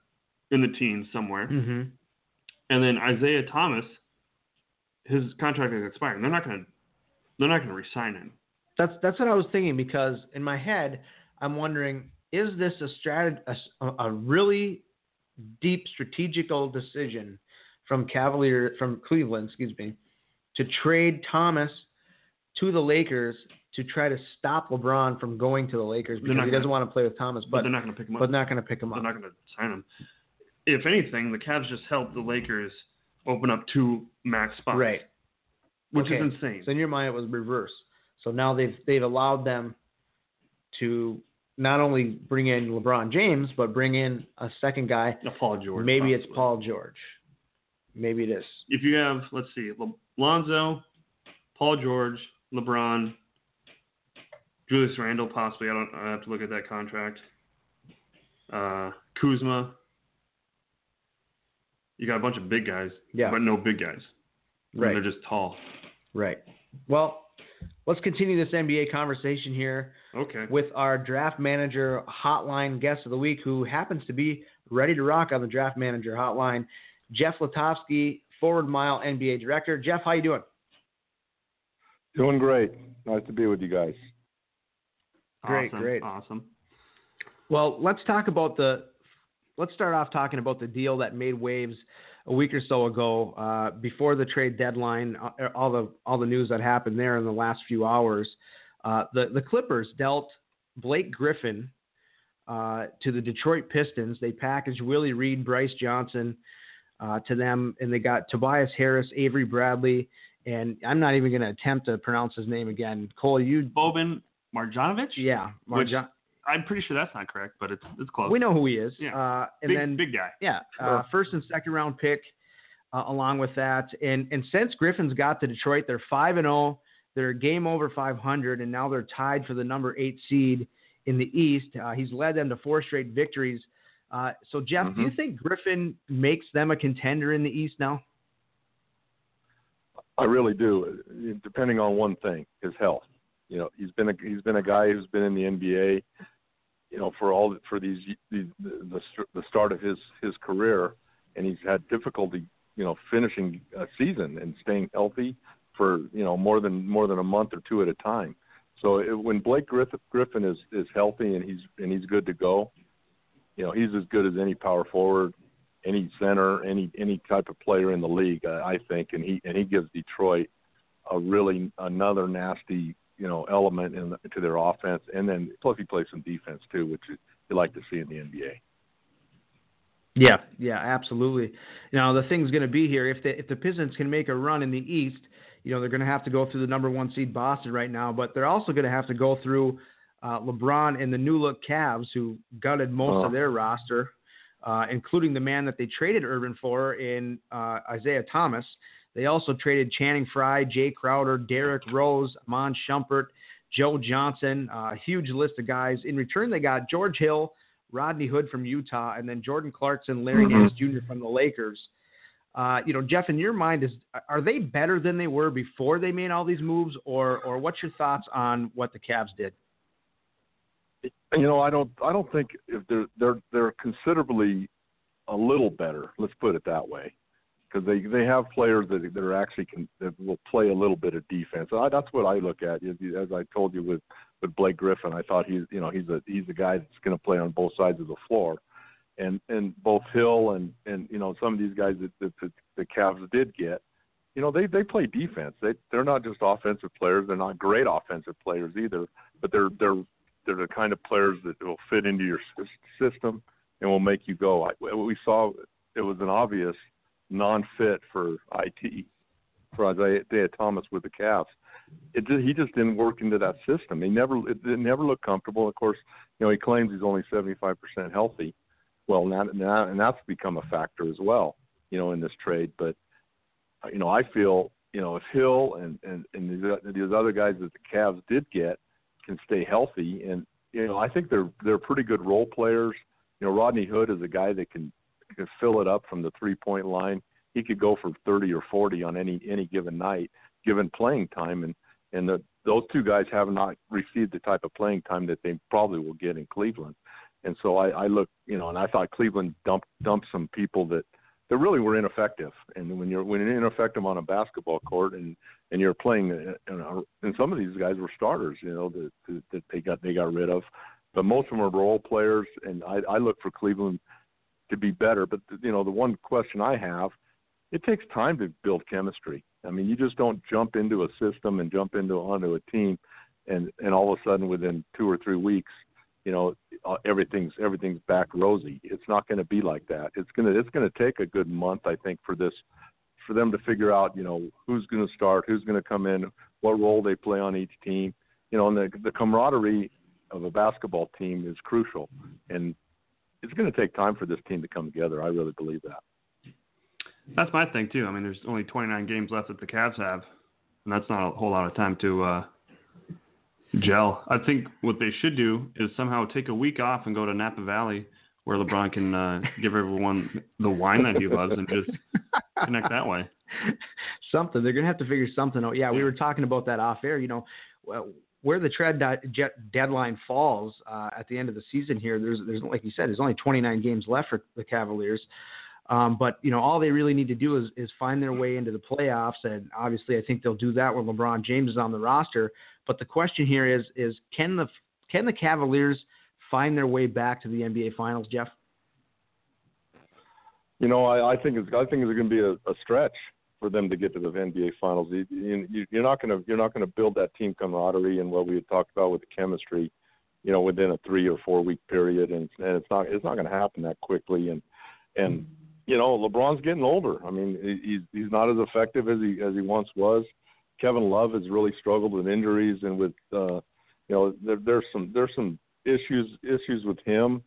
C: in the teens somewhere,
A: hmm
C: and then Isaiah Thomas, his contract is expiring. They're not gonna they're not gonna resign him.
A: That's that's what I was thinking because in my head I'm wondering is this a strat a, s- a really deep strategical decision from Cavalier from Cleveland, excuse me, to trade Thomas to the Lakers to try to stop LeBron from going to the Lakers because
C: not
A: he
C: gonna-
A: doesn't want to play with Thomas,
C: But
A: but
C: they're not gonna pick him up.
A: but not going to pick him
C: They're
A: up.
C: not going to sign him. If anything, the Cavs just helped the Lakers open up two max spots,
A: Right.
C: Which
A: Okay.
C: is insane.
A: So in your mind, it was reverse. So now they've they've allowed them to not only bring in LeBron James, but bring in a second guy.
C: A Paul George.
A: Maybe it's
C: possibly.
A: Paul George. Maybe it is.
C: If you have, let's see, Le- Lonzo, Paul George, LeBron, Julius Randle, possibly. I don't. I have to look at that contract. Uh, Kuzma. You got a bunch of big guys,
A: Yeah.
C: but no big guys. I mean,
A: Right.
C: They're just tall.
A: Right. Well, let's continue this NBA conversation here
C: Okay.
A: with our draft manager hotline guest of the week, who happens to be ready to rock on the draft manager hotline, Jeff Latovsky, Forward Mile NBA director. Jeff, how you doing?
I: Doing great. Nice to be with you guys.
A: Great,
C: awesome.
A: great.
C: Awesome.
A: Well, let's talk about the let's start off talking about the deal that made waves a week or so ago uh, before the trade deadline. uh, All the all the news that happened there in the last few hours. Uh, the the Clippers dealt Blake Griffin uh, to the Detroit Pistons. They packaged Willie Reed, Bryce Johnson uh, to them, and they got Tobias Harris, Avery Bradley, and I'm not even going to attempt to pronounce his name again. Cole, you
C: Boban Marjanovic?
A: yeah,
C: Which-
A: Marjan-
C: I'm pretty sure that's not correct, but it's it's close.
A: we know who he is.
C: Yeah.
A: Uh, and
C: big,
A: then
C: big guy.
A: Yeah, uh, first and second round pick, uh, along with that, and and since Griffin's got to Detroit, they're five and zero. They're a game over 500, and now they're tied for the number eight seed in the East. Uh, he's led them to four straight victories. Uh, so, Jeff, do you think Griffin makes them a contender in the East now?
I: I really do. uh, Depending on one thing, his health. You know, he's been a he's been a guy who's been in the NBA. You know, for all for these the the, the start of his his career, and he's had difficulty. You know, finishing a season and staying healthy for you know more than more than a month or two at a time. So it, when Blake Griffin, Griffin is is healthy and he's and he's good to go, you know he's as good as any power forward any center, any any type of player in the league, uh, I think, and he and he gives Detroit a really another nasty you know element in the, to their offense, and then plus he plays some defense too, which you, you like to see in the NBA.
A: Yeah, yeah, absolutely. Now the thing's going to be here if the if the Pistons can make a run in the East, you know they're going to have to go through the number one seed Boston right now, but they're also going to have to go through uh, LeBron and the new look Cavs, who gutted most
I: Oh.
A: of their roster, uh, including the man that they traded Urban for in uh, Isaiah Thomas. They also traded Channing Frye, Jay Crowder, Derrick Rose, Amon Shumpert, Joe Johnson, uh, a huge list of guys. In return, they got George Hill, Rodney Hood from Utah, and then Jordan Clarkson, Larry Nance Jr. from the Lakers. Uh, you know, Jeff, in your mind, is are they better than they were before they made all these moves, or or what's your thoughts on what the Cavs did?
I: You know, I don't I don't think if they're they're they're considerably a little better. Let's put it that way, because they they have players that that are actually can that will play a little bit of defense. I, that's what I look at. As you- as I told you with with Blake Griffin, I thought he's you know he's a he's a guy that's going to play on both sides of the floor, and and both Hill and and you know some of these guys that, that, that the Cavs did get. You know they they play defense. They they're not just offensive players. They're not great offensive players either, but they're they're they're the kind of players that will fit into your sys- system and will make you go. I- What we saw, it was an obvious non-fit for IT for Isaiah Thomas with the Cavs. It just, he just didn't work into that system. He never it, it never looked comfortable. Of course, you know he claims he's only 75% healthy. Well, now, now and that's become a factor as well. You know in this trade, but uh, you know I feel you know if Hill and and and these, o- these other guys that the Cavs did get can stay healthy and you know I think they're they're pretty good role players. You know Rodney Hood is a guy that can, can fill it up from the three point line. He could go for 30 or 40 on any any given night given playing time and and the, those two guys have not received the type of playing time that they probably will get in Cleveland. And so I, I look, you know, and I thought Cleveland dumped dumped some people that that really were ineffective. And when you're when you're ineffective on a basketball court and and you're playing, uh, and, uh, and some of these guys were starters, you know, that, that, that they got they got rid of, but most of them were role players. And I, I look for Cleveland to be better. But you know, the one question I have, it takes time to build chemistry. I mean, you just don't jump into a system and jump into onto a team, and and all of a sudden within two or three weeks, you know, uh, everything's everything's back rosy. It's not going to be like that. It's gonna it's gonna take a good month, I think, for this for them to figure out, you know, who's going to start, who's going to come in, what role they play on each team. You know, and the the camaraderie of a basketball team is crucial, and it's going to take time for this team to come together. I really believe that.
C: That's my thing too. I mean, there's only 29 games left that the Cavs have, and that's not a whole lot of time to uh, gel. I think what they should do is somehow take a week off and go to Napa Valley, where LeBron can uh, give everyone the wine that he loves and just connect that way.
A: something. They're going to have to figure something out. Yeah, we were talking about that off air. You know, well, where the trade di- jet deadline falls uh, at the end of the season here. There's, there's like you said, there's only 29 games left for the Cavaliers. Um, but you know, all they really need to do is is find their way into the playoffs, and obviously, I think they'll do that when LeBron James is on the roster. But the question here is is can the can the Cavaliers find their way back to the NBA Finals, Jeff?
I: You know, I, I think it's I think it's going to be a, a stretch for them to get to the NBA Finals. You, you, you're not going to you're not going to build that team camaraderie and what we had talked about with the chemistry, you know, within a three or four week period, and and it's not it's not going to happen that quickly. And and you know, LeBron's getting older. I mean, he- he's he's not as effective as he as he once was. Kevin Love has really struggled with injuries and with uh, you know there, there's some there's some issues issues with him.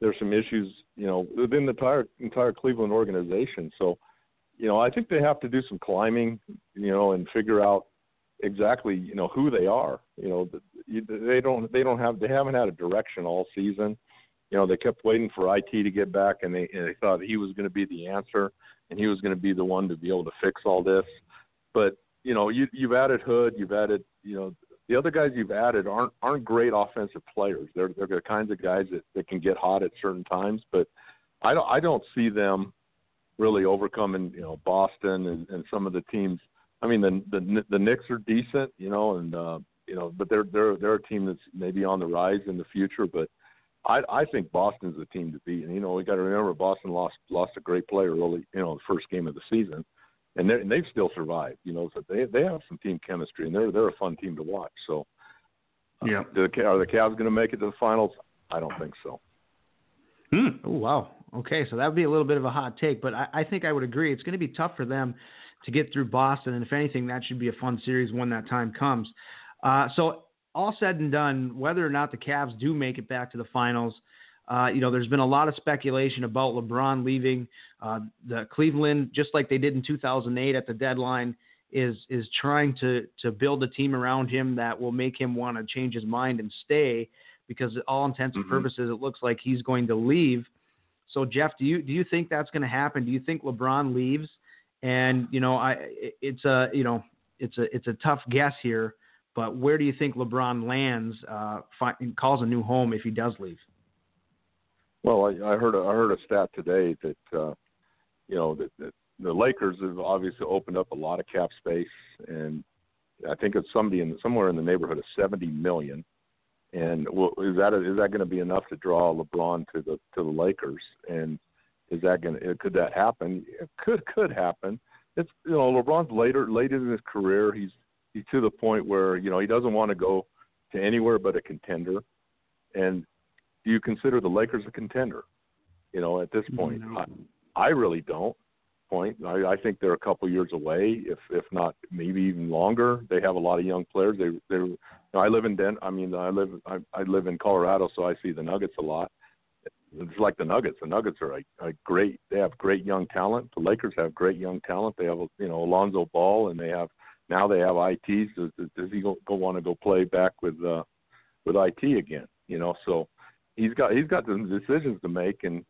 I: There's some issues you know within the entire entire Cleveland organization. So you know I think they have to do some climbing you know and figure out exactly you know who they are. You know th- you- they don't they don't have they haven't had a direction all season. You know they kept waiting for IT to get back and they and they thought he was going to be the answer and he was going to be the one to be able to fix all this. But you know, you, you've added Hood, you've added, you know, the other guys you've added aren't aren't great offensive players. They're they're the kinds of guys that, that can get hot at certain times, but I don't I don't see them really overcoming you know Boston and, and some of the teams. I mean the the the Knicks are decent, you know, and uh, you know, but they're they're they're a team that's maybe on the rise in the future, but. I, I think Boston's the team to beat, and you know we got to remember Boston lost lost a great player early, you know, the first game of the season, and they and they've still survived. You know, so they they have some team chemistry, and they're they're a fun team to watch. So, uh,
C: Yeah.
I: do the, Ca- are the Cavs going to make it to the finals? I don't think so.
C: Hmm.
A: Oh wow. Okay, so that would be a little bit of a hot take, but I, I think I would agree. It's going to be tough for them to get through Boston, and if anything, that should be a fun series when that time comes. Uh, so all said and done, whether or not the Cavs do make it back to the finals, uh, you know, there's been a lot of speculation about LeBron leaving. Uh, the Cleveland, just like they did in 2008 at the deadline, is is trying to to build a team around him that will make him want to change his mind and stay. Because to all intents and
C: Mhm.
A: purposes, it looks like he's going to leave. So Jeff, do you do you think that's going to happen? Do you think LeBron leaves? And you know, I it- it's a you know it's a it's a tough guess here, but where do you think LeBron lands? Uh, fi- calls a new home if he does leave.
I: Well, I, I heard a, I heard a stat today that uh, you know that, that the Lakers have obviously opened up a lot of cap space, and I think it's somebody in somewhere in the neighborhood of seventy million. And well, is that is that going to be enough to draw LeBron to the to the Lakers? And is that going to could that happen? It could could happen. It's you know LeBron's later late in his career. He's he's to the point where you know he doesn't want to go to anywhere but a contender. And do you consider the Lakers a contender? You know, at this point,
A: No.
I: I, I really don't. Point. I, I think they're a couple years away, if if not maybe even longer. They have a lot of young players. They they. You know, I live in Den. I mean, I live I, I live in Colorado, so I see the Nuggets a lot. It's like the Nuggets. The Nuggets are a, a great. They have great young talent. The Lakers have great young talent. They have you know Alonzo Ball, and they have now they have it. So does, does he go, go want to go play back with uh, with it again? You know, so he's got he's got some decisions to make and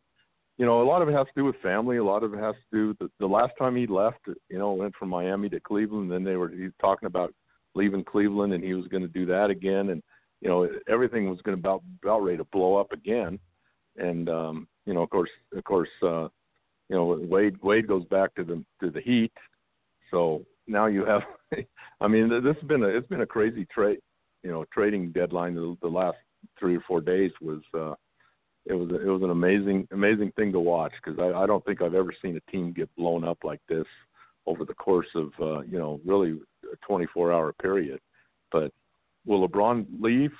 I: you know a lot of it has to do with family a lot of it has to do the, the last time he left you know went from miami to cleveland then they were he's talking about leaving cleveland and he was going to do that again and you know everything was going to about about ready to blow up again and um you know of course of course uh you know wade wade goes back to the to the heat so now you have i mean this has been a it's been a crazy trade you know trading deadline the, the last three or four days was uh it was it was an amazing amazing thing to watch because I, I don't think I've ever seen a team get blown up like this over the course of uh, you know really a 24 hour period. But will LeBron leave?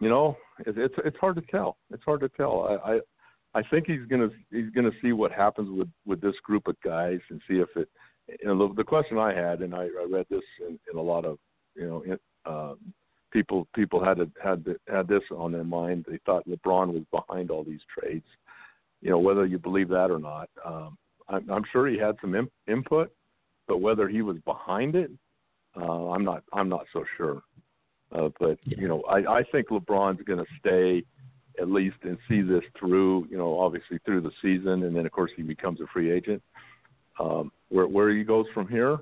I: You know, it, it's it's hard to tell. It's hard to tell. I, I I think he's gonna he's gonna see what happens with with this group of guys and see if it. And the, the question I had, and I, I read this in, in a lot of you know in, uh, people people had it, had the, had this on their mind. They thought LeBron was behind all these trades. You know, whether you believe that or not, um, I'm, I'm sure he had some imp- input, but whether he was behind it, uh, I'm not I'm not so sure. Uh, but you know, I, I think LeBron's going to stay at least and see this through. You know, obviously through the season, and then of course he becomes a free agent. Um, where where he goes from here,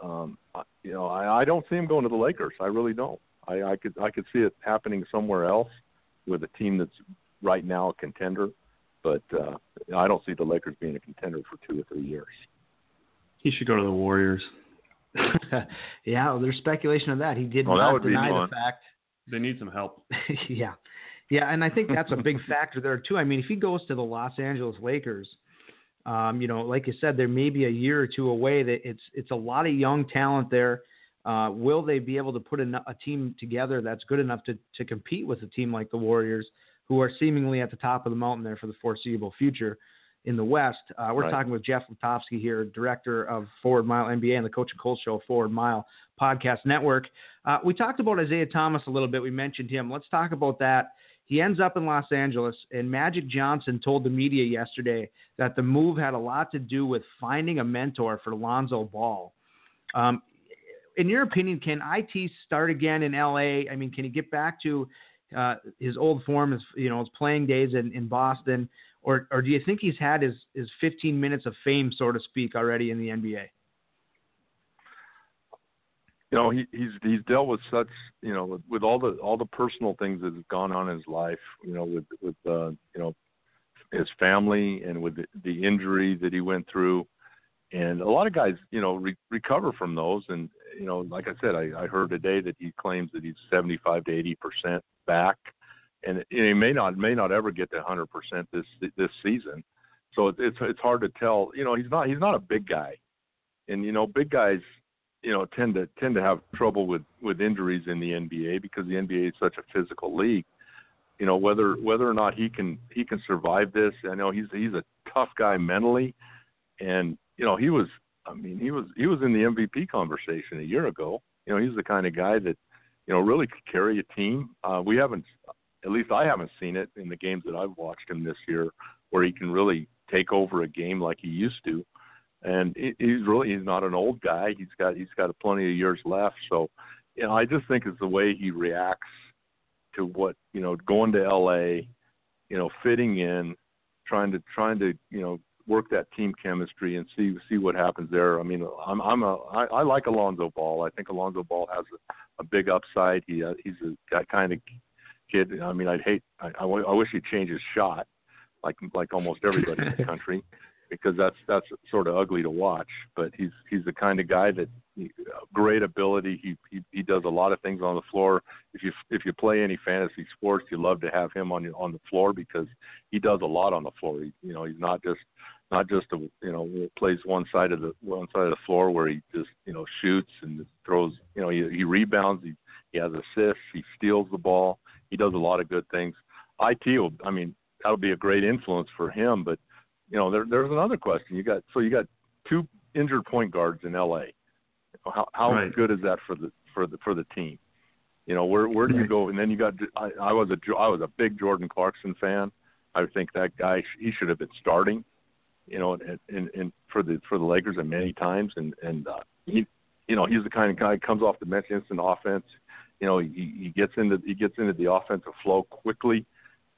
I: um, I- you know, I, I don't see him going to the Lakers. I really don't. I, I could I could see it happening somewhere else with a team that's right now a contender, but uh, I don't see the Lakers being a contender for two or three years.
C: He should go to the Warriors.
A: yeah, well, there's speculation of that. He did
I: Oh, that
A: not
I: would be
A: deny the
I: fun.
A: fact.
C: They need some help.
A: yeah, Yeah, and I think that's a big factor there too. I mean, if he goes to the Los Angeles Lakers, um, you know, like you said, there may be a year or two away. That it's it's a lot of young talent there. Uh, will they be able to put a, a team together that's good enough to to compete with a team like the Warriors, who are seemingly at the top of the mountain there for the foreseeable future in the West? Uh, we're
G: Right.
A: talking with Jeff Latofsky here, director of Forward Mile NBA and the Coach and Cole Show Forward Mile Podcast Network. Uh, we talked about Isaiah Thomas a little bit. We mentioned him. Let's talk about that. He ends up in Los Angeles, and Magic Johnson told the media yesterday that the move had a lot to do with finding a mentor for Lonzo Ball. Um, in your opinion, can IT start again in LA? I mean, can he get back to uh, his old form, his you know his playing days in, in Boston, or or do you think he's had his his 15 minutes of fame, so to speak, already in the NBA?
I: you know he he's he's dealt with such you know with, with all the all the personal things that have gone on in his life you know with with uh you know his family and with the, the injury that he went through and a lot of guys you know re- recover from those and you know like i said i i heard today that he claims that he's 75 to 80 percent back and you know, he may not may not ever get to 100 percent this this season so it's it's it's hard to tell you know he's not he's not a big guy and you know big guys you know tend to tend to have trouble with with injuries in the NBA because the NBA is such a physical league. You know whether whether or not he can he can survive this. I know he's he's a tough guy mentally, and you know he was I mean he was he was in the MVP conversation a year ago. You know he's the kind of guy that you know really could carry a team. Uh, we haven't at least I haven't seen it in the games that I've watched him this year where he can really take over a game like he used to and he- he's really he's not an old guy. He's got he's got plenty of years left. So, you know, I just think it's the way he reacts to what you know going to L.A., you know, fitting in, trying to trying to you know work that team chemistry and see see what happens there. I mean, I'm I'm a I, I like Alonzo Ball. I think Alonzo Ball has a, a big upside. He uh, he's a that kind of kid. I mean, I'd hate I, I, w- I wish he'd change his shot like like almost everybody in the country because that's that's sort of ugly to watch. But he's he's the kind of guy that great ability. He he he does a lot of things on the floor. If you if you play any fantasy sports, you love to have him on your- on the floor because he does a lot on the floor. He, you know, he's not just not just a you know plays one side of the one side of the floor where he just you know shoots and throws. You know, he, he rebounds. He he has assists. He steals the ball. He does a lot of good things. It will. I mean, that'll be a great influence for him. But you know, there, there's another question. You got so you got two injured point guards in LA. How how
C: Right.
I: good is that for the for the for the team? You know, where where do you go? And then you got I, I was a Jo- I was a big Jordan Clarkson fan. I think that guy sh- he should have been starting. You know, and and, and for the for the Lakers and many times and and uh, he you know he's the kind of guy comes off the bench instant offense. You know, he, he gets into he gets into the offensive flow quickly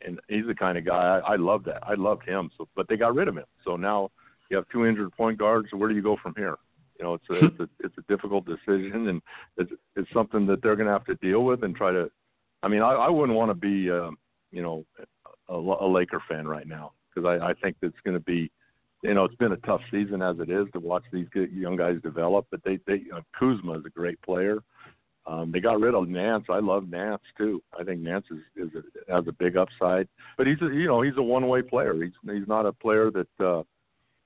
I: and he's the kind of guy I, I love that. I loved him. So, but they got rid of him. So now you have two injured point guards. Where do you go from here? You know, it's a it's a, it's a difficult decision, and it's it's something that they're going to have to deal with and try to. I mean, I, I wouldn't want to be um, you know a, a Laker fan right now because I, I think it's going to be. You know, it's been a tough season as it is to watch these good young guys develop. But they, they uh, Kuzma is a great player. Um, they got rid of Nance. I love Nance too. I think Nance is, is a, has a big upside, but he's a, you know he's a one way player. He's he's not a player that uh,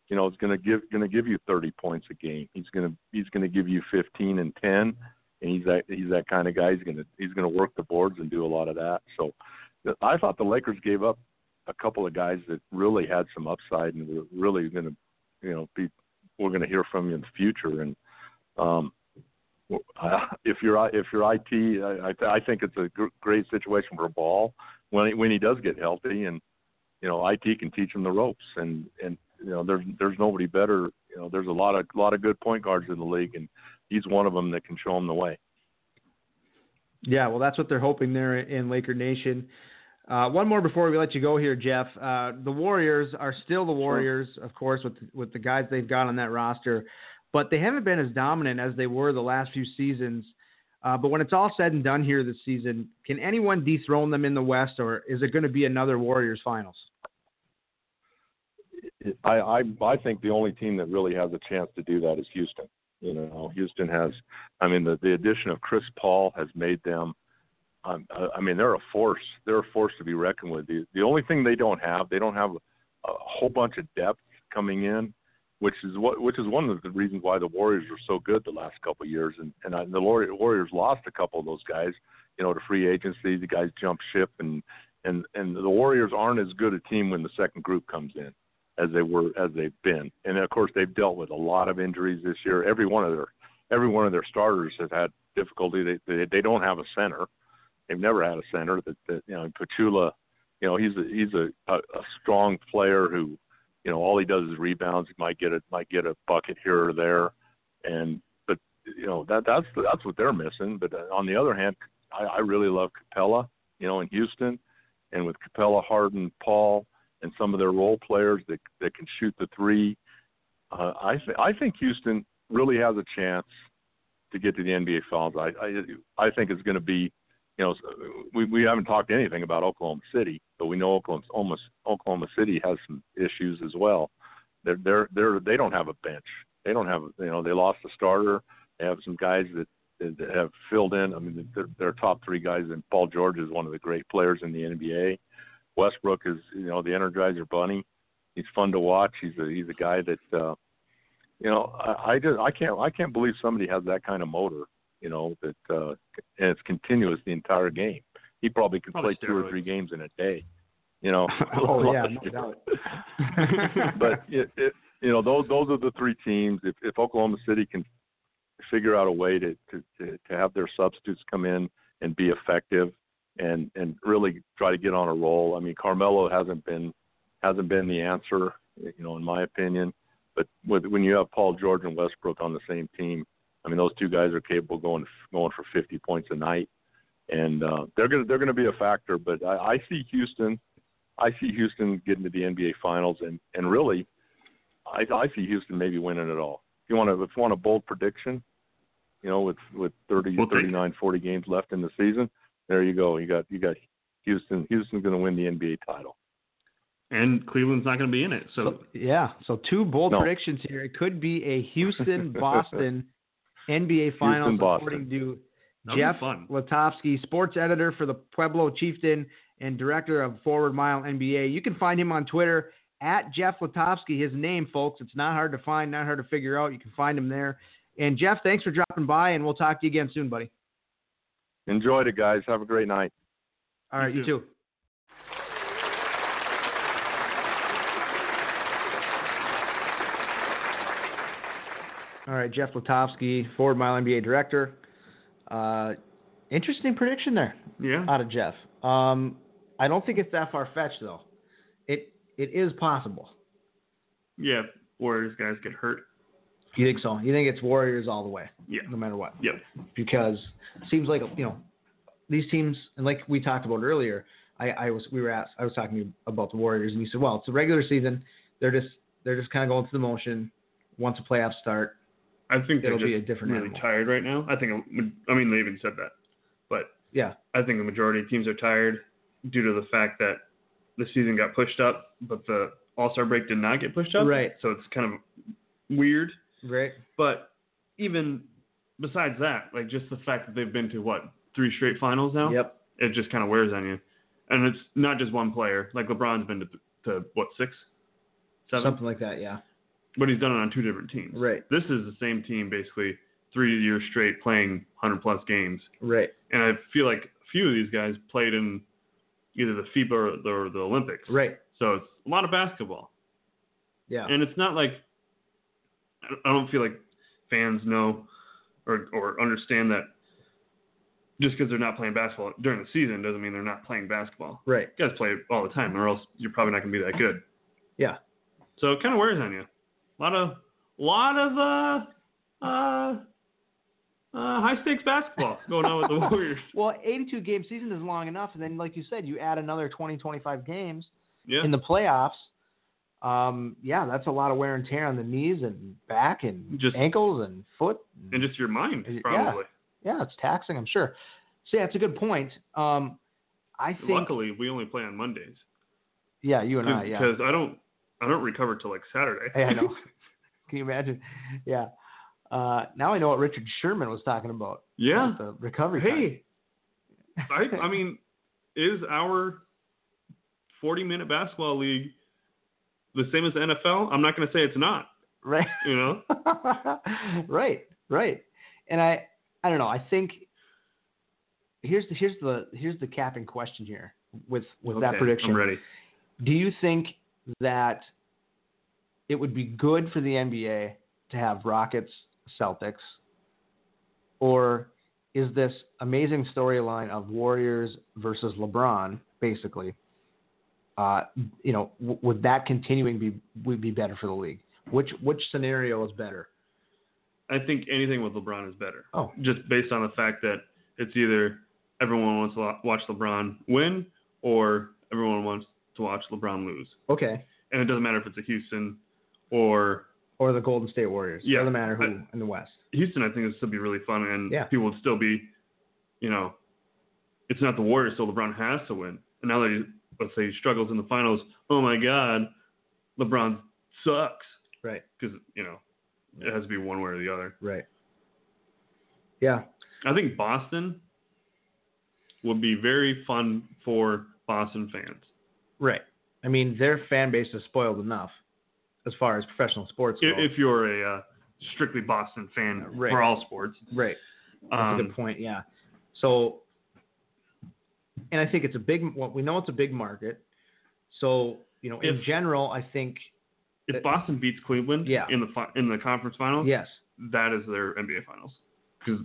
I: you know is going to give going to give you 30 points a game. He's going to he's going to give you 15 and 10, and he's that he's that kind of guy. He's going to he's going to work the boards and do a lot of that. So the- I thought the Lakers gave up a couple of guys that really had some upside and were really going to you know be we're going to hear from you in the future and. Um, well, uh, if you're I- if you're IT, I I, th- I think it's a gr- great situation for Ball when he, when he does get healthy, and you know IT can teach him the ropes, and and you know there's there's nobody better. You know there's a lot of lot of good point guards in the league, and he's one of them that can show him the way.
A: Yeah, well, that's what they're hoping there in Laker Nation. Uh, one more before we let you go here, Jeff. Uh, the Warriors are still the Warriors, of course, with with the guys they've got on that roster, but they haven't been as dominant as they were the last few seasons. Uh, but when it's all said and done here this season, can anyone dethrone them in the West, or is it going to be another Warriors finals?
I: I, I I think the only team that really has a chance to do that is Houston. You know, Houston has. I mean, the the addition of Chris Paul has made them um, I- I mean, they're a force. They're a force to be reckoned with. The, the only thing they don't have, they don't have a whole bunch of depth coming in, which is what which is one of the reasons why the Warriors are so good the last couple of years. And and I, the Lori- Warriors lost a couple of those guys, you know, to free agency. The guys jump ship, and and and the Warriors aren't as good a team when the second group comes in as they were as they've been. And of course, they've dealt with a lot of injuries this year. Every one of their every one of their starters have had difficulty. They they, they don't have a center. They've never had a center. That, that you know, Pachula, you know, he's a, he's a, a, a strong player who, you know, all he does is rebounds. He might get a might get a bucket here or there, and but you know that that's that's what they're missing. But uh, on the other hand, I, I really love Capella. You know, in Houston, and with Capella, Harden, Paul, and some of their role players that that can shoot the three. Uh, I th- I think Houston really has a chance to get to the NBA Finals. I I, I think it's going to be, you know, we we haven't talked anything about Oklahoma City, but we know Oklahoma almost Oklahoma City has some issues as well. They're they're they're they don't have a bench. They don't have you know they lost a starter. They have some guys that that have filled in. I mean, their, their top three guys, and Paul George is one of the great players in the NBA. Westbrook is, you know, the Energizer Bunny. He's fun to watch. He's a he's a guy that, uh, you know, I, I just I can't I can't believe somebody has that kind of motor. You know that, uh, and it's continuous the entire game. He probably could
C: Probably
I: play two or
C: steroids.
I: three games in a day. You know.
A: Oh yeah, no doubt.
I: but it, it, you know those those are the three teams. If if Oklahoma City can figure out a way to to to, to have their substitutes come in and be effective and and really try to get on a roll. I mean Carmelo hasn't been hasn't been the answer, you know, in my opinion. But with, when you have Paul George and Westbrook on the same team, I mean those two guys are capable of going going for 50 points a night, and uh, they're gonna they're gonna be a factor. But I, I see Houston, I see Houston getting to the NBA Finals, and and really, I, I see Houston maybe winning it all. If you want to if you want a bold prediction, you know, with with 30
C: We'll take it.
I: 39 40 games left in the season, there you go. You got you got Houston. Houston's gonna win the NBA title.
C: and Cleveland's not going to be in it. So
A: So, yeah, so two bold
I: No.
A: predictions here. It could be a Houston Boston NBA Finals, according to
C: That'd be
A: Jeff
C: fun.
A: Latofsky, sports editor for the Pueblo Chieftain and director of Forward Mile NBA. You can find him on Twitter at Jeff Latofsky. His name, folks. It's not hard to find, not hard to figure out. You can find him there. And Jeff, thanks for dropping by, and we'll talk to you again soon, buddy.
I: Enjoyed it, guys. Have a great night.
A: All right, you,
C: too.
A: too. All right, Jeff Latovsky, forward mile NBA director. Uh, interesting prediction there
C: yeah,
A: out of Jeff. Um, I don't think it's that far fetched though. It it is possible.
C: yeah. Warriors guys get hurt.
A: You think so? You think it's Warriors all the way,
C: Yeah,
A: no matter what?
C: yeah.
A: because it seems like you know these teams and like we talked about earlier I, I was we were asked I was talking about the Warriors and you said well it's the regular season they're just they're just kind of going through the motion once the playoffs start
C: I think they're
A: It'll be
C: just
A: a different
C: really
A: animal.
C: tired right now. I think. I mean, they even said that, but
A: yeah
C: I think the majority of teams are tired due to the fact that the season got pushed up, but the All Star break did not get pushed up.
A: Right.
C: So it's kind of weird.
A: right
C: But even besides that, like just the fact that they've been to what three straight finals now.
A: yep
C: It just kind of wears on you, and it's not just one player. Like LeBron's been to, to what six, seven,
A: something like that yeah
C: but he's done it on two different teams.
A: Right.
C: This is the same team basically three years straight playing 100 plus games.
A: right
C: And I feel like a few of these guys played in either the FIBA or the, or the Olympics.
A: right
C: So it's a lot of basketball.
A: yeah
C: And it's not like I don't- I don't feel like fans know or, or understand that just because they're not playing basketball during the season doesn't mean they're not playing basketball.
A: right
C: You guys play all the time, or else you're probably not going to be that good.
A: yeah
C: So it kind of wears on you. A lot of, lot of uh, uh, uh, high stakes basketball going on with the Warriors.
A: well 82 game season is long enough and then like you said you add another 20 25 games
C: Yeah.
A: in the playoffs um, yeah, that's a lot of wear and tear on the knees and back and
C: Just-
A: ankles and foot. and-
C: and just your mind,
A: Yeah.
C: probably.
A: Yeah, it's taxing, I'm sure. So yeah, it's a good point. Um, I think.
C: Luckily, we only play on Mondays
A: yeah, you and I. Yeah.
C: because I don't, I don't recover till like Saturday.
A: Hey, I know. Can you imagine? Yeah. Uh, now I know what Richard Sherman was talking about.
C: yeah.
A: about the recovery. time.
C: Hey, I, I mean, is our 40 minute basketball league the same as the NFL? I'm not going to say it's not,
A: right?
C: you know?
A: right, right. And I, I don't know. I think here's the here's the here's the capping question here with with that
C: Okay,
A: prediction.
C: I'm ready.
A: Do you think that it would be good for the NBA to have Rockets Celtics, or is this amazing storyline of Warriors versus LeBron basically? Uh, you know, w- would that continuing be would be better for the league? Which which scenario is better?
C: I think anything with LeBron is better.
A: Oh.
C: Just based on the fact that it's either everyone wants to lo- watch LeBron win or everyone wants to watch LeBron lose.
A: Okay.
C: And it doesn't matter if it's a Houston or
A: Or the Golden State Warriors.
C: Yeah,
A: Doesn't matter who
C: I-
A: in the West.
C: Houston, I think this would be really fun, and
A: Yeah.
C: people would still be, you know, it's not the Warriors, so LeBron has to win. And now that he, let's say he struggles in the finals, oh my God, LeBron sucks
A: Right.
C: because you know it has to be one way or the other.
A: Right. Yeah.
C: I think Boston would be very fun for Boston fans.
A: Right. I mean, their fan base is spoiled enough as far as professional sports go.
C: If, if you're a uh, strictly Boston fan
A: Uh, Right.
C: for all sports,
A: right. That's a
C: um,
A: good point. Yeah. So, and I think it's a big. Well, we know it's a big market. So you know, in
C: If-
A: general, I think
C: if Boston beats Cleveland
A: Yeah.
C: in the fi- in the conference finals,
A: yes.
C: that is their NBA Finals because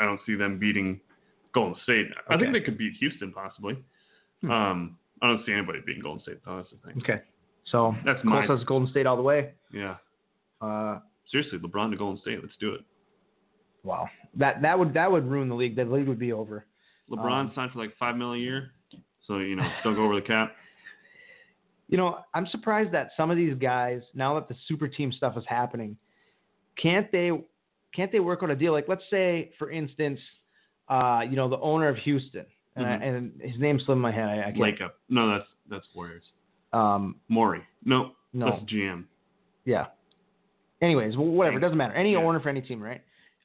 C: I don't see them beating Golden State. I think
A: Okay. Hmm.
C: they could beat Houston possibly. Um, I don't see anybody beating Golden State though. That's the thing.
A: Okay. So
C: That's
A: Cole
C: mine.
A: says Golden State all the way.
C: Yeah,
A: Uh,
C: seriously, LeBron to Golden State. Let's do it.
A: wow. That that would that would ruin the league. The league would be over.
C: LeBron
A: Um,
C: signed for like five mil a year, so you know don't go over the cap.
A: you know, I'm surprised that some of these guys, now that the super team stuff is happening, can't they can't they work on a deal? Like let's say, for instance, uh, you know, the owner of Houston, and,
C: Mm-hmm.
A: I, and his name slipped my head. I, I can't.
C: Lake up. No, that's that's Warriors.
A: um,
C: Maury. No,
A: No.
C: that's GM.
A: yeah. Anyways, wh- whatever, it doesn't matter. Any
C: Yeah.
A: owner for any team, right?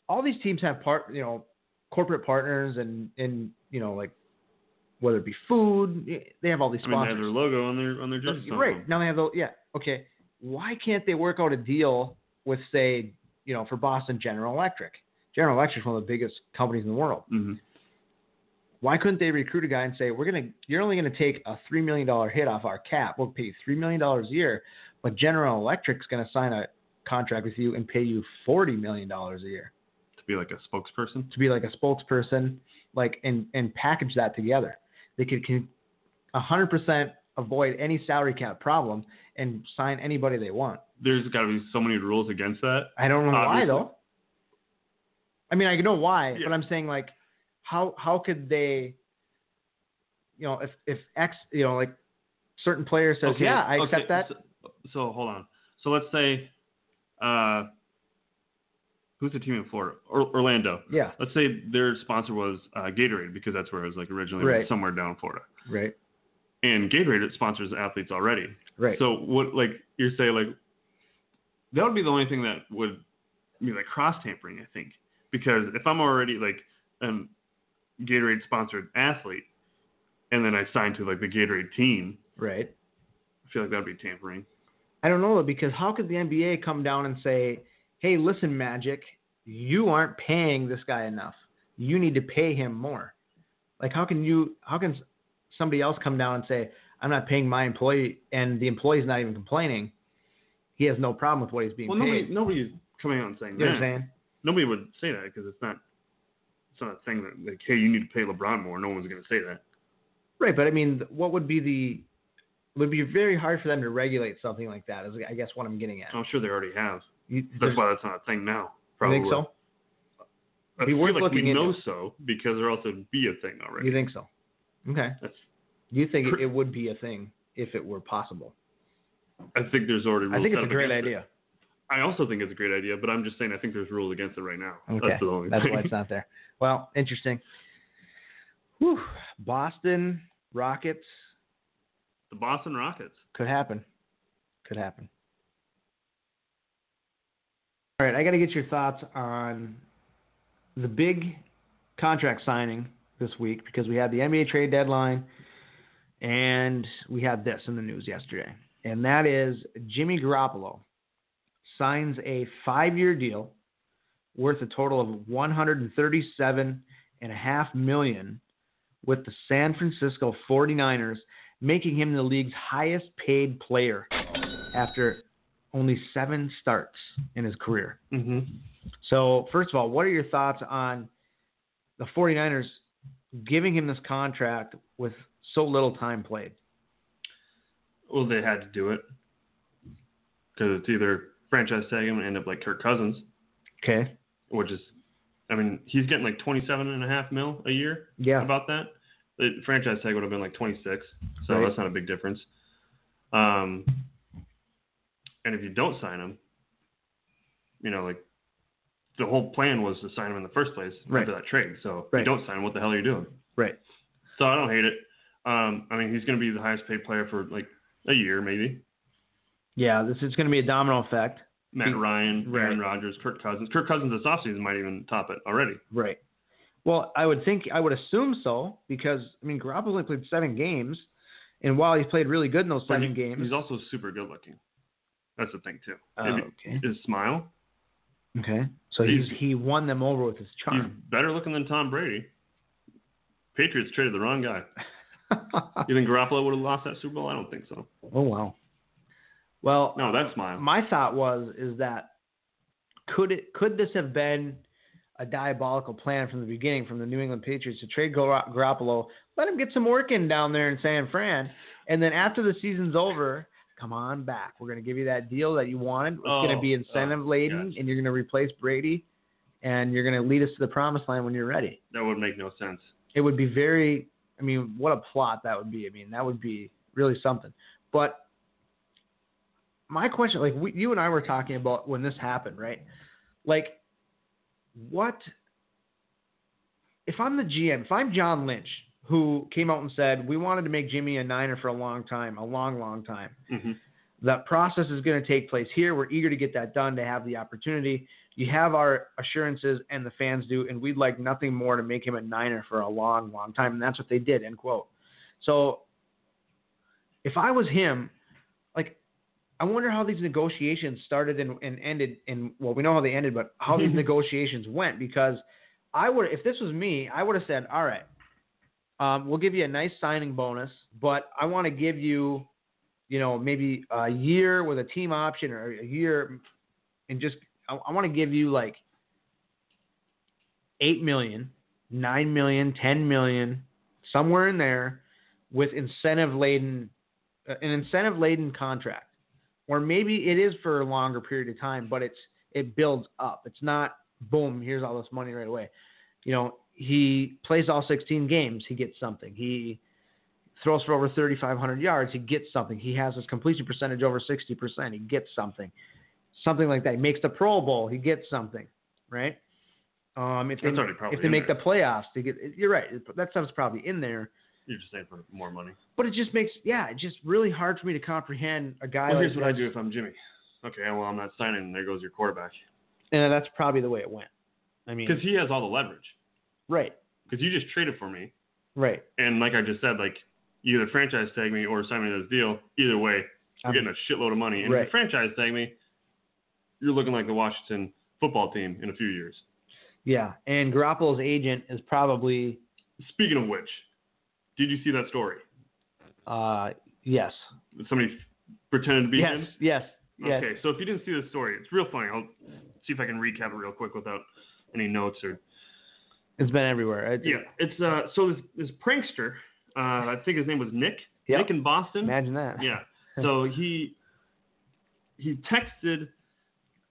A: All these teams have part, you know, corporate partners and and you know, like whether it be food, they have all these
C: I mean, they have
A: sponsors.
C: their logo on their on their jersey. some of
A: Right.
C: them.
A: Now they have the yeah. Okay. Why can't they work out a deal with say, you know, for Boston General Electric? General Electric's one of the biggest companies in the world.
C: Mhm.
A: Why couldn't they recruit a guy and say, We're gonna you're only gonna take a three million dollar hit off our cap. We'll pay you three million dollars a year, but General Electric's gonna sign a contract with you and pay you forty million dollars a year
C: To be like a spokesperson.
A: to be like a spokesperson, like and and package that together. They could can 100% avoid any salary cap problem and sign anybody they want.
C: There's got to be so many rules against that.
A: I don't know why
C: Obviously.
A: though. I mean, I know why,
C: Yeah.
A: but I'm saying like, how how could they, you know, if if X, you know, like certain player says,
C: Okay,
A: yeah, I
C: okay,
A: accept that.
C: So, so hold on. So let's say, uh, who's the team in Florida? Or, Orlando.
A: yeah,
C: Let's say their sponsor was uh, Gatorade because that's where it was like originally
A: Right.
C: somewhere down in Florida.
A: right,
C: And Gatorade it sponsors athletes already.
A: right,
C: So what like you're saying like that would be the only thing that would be like cross tampering I think because if I'm already like an Gatorade sponsored athlete and then I sign to like the Gatorade team,
A: right.
C: I feel like that would be tampering.
A: I don't know though, because how could the NBA come down and say, "Hey, listen, Magic, you aren't paying this guy enough. You need to pay him more." Like, how can you? How can s- somebody else come down and say, "I'm not paying my employee," and the employee's not even complaining? He has no problem with what he's being
C: Well, nobody
A: paid.
C: nobody's coming out and saying
A: you know what
C: that.
A: I'm saying?
C: Nobody would say that because it's not it's not a thing that like hey you need to pay LeBron more. No one's going to say that.
A: Right, but I mean, what would be the? It would be very hard for them to regulate something like that. Is I guess what I'm getting at.
C: I'm sure they already have.
A: You,
C: Oh, That's
A: there's-
C: why that's not a thing now.
A: you
C: Probably.
A: think so?
C: I
A: Be
C: feel
A: worth
C: like
A: looking
C: we
A: into.
C: know so because or else it'd be a thing already.
A: You think so? Okay.
C: That's-
A: You think
C: Pr-
A: it would be a thing if it were possible?
C: I think there's already. Rules
A: I think
C: set
A: it's a
C: up
A: great
C: against it.
A: idea.
C: I also think it's a great idea, but I'm just saying I think there's rules against it right now.
A: Okay,
C: That's the only
A: that's
C: thing.
A: why it's not there. Well, interesting. Whew. Boston Rockets
C: the Boston Rockets.
A: could happen. Could happen. All right, I got to get your thoughts on the big contract signing this week because we had the NBA trade deadline and we had this in the news yesterday. And that is Jimmy Garoppolo signs a five year deal worth a total of $137.5 million with the San Francisco 49ers, making him the league's highest paid player after only seven starts in his career.
C: Mm-hmm.
A: So, first of all, what are your thoughts on the 49ers giving him this contract with so little time played?
C: Well, they had to do it because it's either franchise tag him and end up like Kirk Cousins,
A: Okay.
C: which is, I mean, he's getting like 27 and a half mil a year.
A: Yeah.
C: about that. The franchise tag would have been like 26, so
A: Right.
C: that's not a big difference. Um, and if you don't sign him, you know, like the whole plan was to sign him in the first place
A: Right.
C: after that trade. So if
A: Right.
C: you don't sign him, what the hell are you doing?
A: Right.
C: So I don't hate it. Um, I mean, he's going to be the highest paid player for like a year, maybe.
A: Yeah, this is going to be a domino effect.
C: Matt Ryan, Aaron
A: Mm-hmm. Right.
C: Rodgers, Kirk Cousins. Kirk Cousins this offseason might even top it already.
A: Right. Well, I would think I would assume so because I mean Garoppolo only played seven games, and while he's played really good in those
C: But
A: seven
C: he-
A: games,
C: He's also super good looking. That's the thing, too.
A: Oh,
C: If-
A: okay.
C: His smile.
A: Okay. So he's,
C: He's-
A: he won them over with his
C: He's
A: charm.
C: better looking than Tom Brady. Patriots traded the wrong guy. You think Garoppolo would have lost that Super Bowl? I don't think so.
A: oh wow. Well,
C: No, that smile.
A: my thought was is that could it could this have been a diabolical plan from the beginning from the New England Patriots to trade Gar- Garoppolo, let him get some work in down there in San Fran, and then after the season's over, come on back. We're going to give you that deal that you wanted. It's going
C: Oh,
A: to be incentive laden,
C: gotcha.
A: and you're going to replace Brady, and you're going to lead us to the promised land when you're ready.
C: That would make no sense.
A: it would be very i mean what a plot that would be i mean that would be really something but my question like we, you and i were talking about when this happened right like what if i'm the gm if i'm john lynch who came out and said we wanted to make jimmy a niner for a long time a long long time
C: Mhm.
A: that process is going to take place here we're eager to get that done to have the opportunity you have our assurances and the fans do, and we'd like nothing more to make him a Niner for a long, long time. And that's what they did, end quote. So if I was him, like, I wonder how these negotiations started and, and ended. And well, we know how they ended, but how these negotiations went because I would, if this was me, I would have said, all right, um, we'll give you a nice signing bonus, but I want to give you, you know, maybe a year with a team option or a year and just I, I want to give you like eight million, nine million, ten million, somewhere in there, with incentive laden, uh, an incentive laden contract, or maybe it is for a longer period of time, but it's it builds up. It's not boom. Here's all this money right away. You know, he plays all 16 games. He gets something. He throws for over 3,500 yards. He gets something. He has his completion percentage over 60%. He gets something something like that. He makes the Pro Bowl, he gets something, right? Um, if they,
C: That's already probably
A: if they
C: in
A: make
C: there.
A: the playoffs, they get, you're right. That stuff's probably in there,
C: You're just saying for more money.
A: but it just makes yeah, it's just really hard for me to comprehend a guy.
C: Well,
A: like
C: here's what I
A: this.
C: do if I'm Jimmy. Okay, well, I'm not signing, and there goes your quarterback.
A: and that's probably the way it went. I mean,
C: Because he has all the leverage.
A: right,
C: Because you just traded for me.
A: right.
C: And like I just said, like, you either franchise tag me or sign me to this deal. Either way,
A: I'm-
C: you're getting a shitload of money. And if
A: Right.
C: you franchise tag me, you're looking like the Washington football team in a few years.
A: Yeah, and Garoppolo's agent is probably
C: Speaking of which, did you see that story?
A: uh, yes,
C: Somebody pretended to be
A: yes,
C: him?
A: yes, yes.
C: Okay, so if you didn't see this story, it's real funny. I'll see if I can recap it real quick without any notes or.
A: It's been everywhere. It-
C: Yeah, it's uh, so this this prankster, uh, I think his name was Nick.
A: Yep.
C: Nick in Boston.
A: Imagine that.
C: Yeah. So he he texted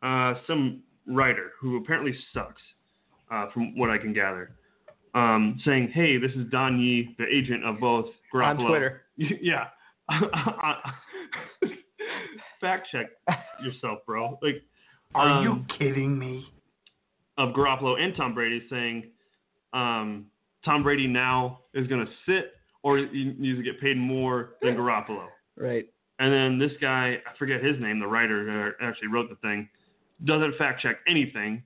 C: uh, some writer who apparently sucks, uh, from what I can gather, um, saying, "Hey, this is Don Yee, the agent of both
A: on
C: Garoppolo."
A: Twitter.
C: yeah. Fact check yourself, bro. Like, are you kidding me? Of Garoppolo and Tom Brady saying, um, Tom Brady now is going to sit or he needs to get paid more than Garoppolo.
A: Right.
C: And then this guy, I forget his name, the writer that actually wrote the thing, doesn't fact check anything.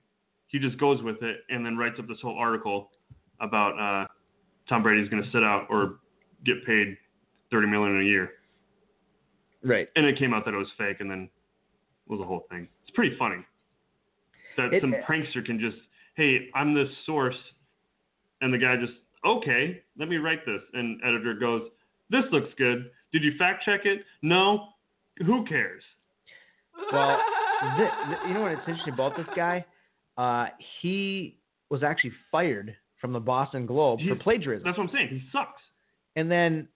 C: He just goes with it and then writes up this whole article about uh, Tom Brady's going to sit out or get paid thirty million a year.
A: Right.
C: And it came out that it was fake, and then it was a whole thing. It's pretty funny that
A: It-
C: some prankster can just, hey, I'm this source, and the guy just, okay, let me write this, and editor goes, this looks good. Did you fact check it? No. Who cares?
A: Well, thi- thi- you know what it's interesting about this guy? Uh, he was actually fired from the Boston Globe for
C: He's-
A: plagiarism,
C: That's what I'm saying. He sucks.
A: and then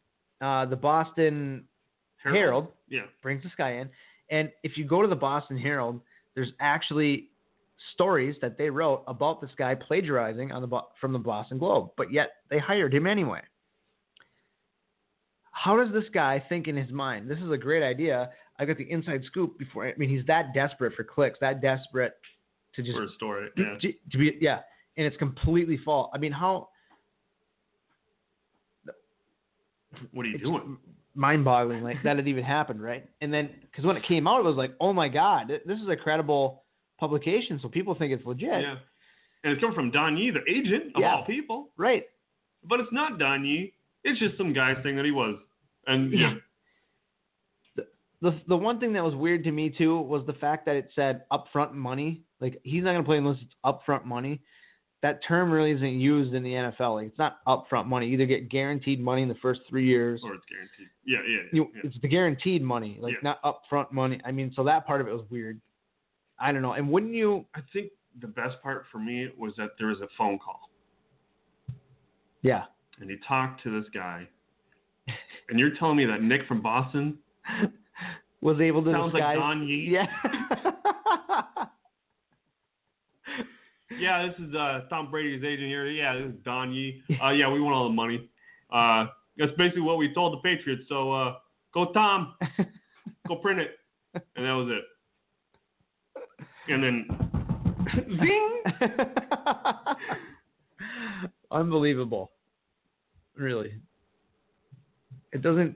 A: uh, the Boston Herald
C: Yeah.
A: brings this guy in. And if you go to the Boston Herald, there's actually stories that they wrote about this guy plagiarizing on the Bo- from the Boston Globe, but yet they hired him anyway. How does this guy think in his mind? This is a great idea. I got the inside scoop before. I mean, he's that desperate for clicks, that desperate to just
C: For a story. Yeah.
A: to, to be yeah, and it's completely false. I mean, how
C: What are you
A: it's
C: doing?
A: mind-boggling like that had even happened, right? And then because when it came out, it was like, oh my god, th- this is a credible publication, so people think it's legit,
C: Yeah. And it's coming from Don Yee, the agent of
A: Yeah.
C: all people.
A: right?
C: But it's not Don Yee. It's just some guy saying that he was. And
A: Yeah.
C: yeah,
A: The the one thing that was weird to me too was the fact that it said upfront money. Like he's not gonna play unless it's upfront money. That term really isn't used in the NFL. Like it's not upfront money. You either get guaranteed money in the first three years.
C: or it's guaranteed. Yeah, yeah, yeah.
A: you, it's the guaranteed money, like
C: Yeah.
A: not upfront money. I mean, so that part of it was weird. I don't know. And wouldn't you?
C: I think the best part for me was that there was a phone call,
A: Yeah.
C: and he talked to this guy. And you're telling me that Nick from Boston
A: Was able to
C: sounds like
A: disguise.
C: Don Yee?
A: yeah.
C: Yeah, this is uh, Tom Brady's agent here. Yeah, this is Don Yee. Uh, yeah, we want all the money. Uh, that's basically what we told the Patriots. So uh, go, Tom. Go print it. And that was it. And then, zing.
A: Unbelievable. Really. It doesn't.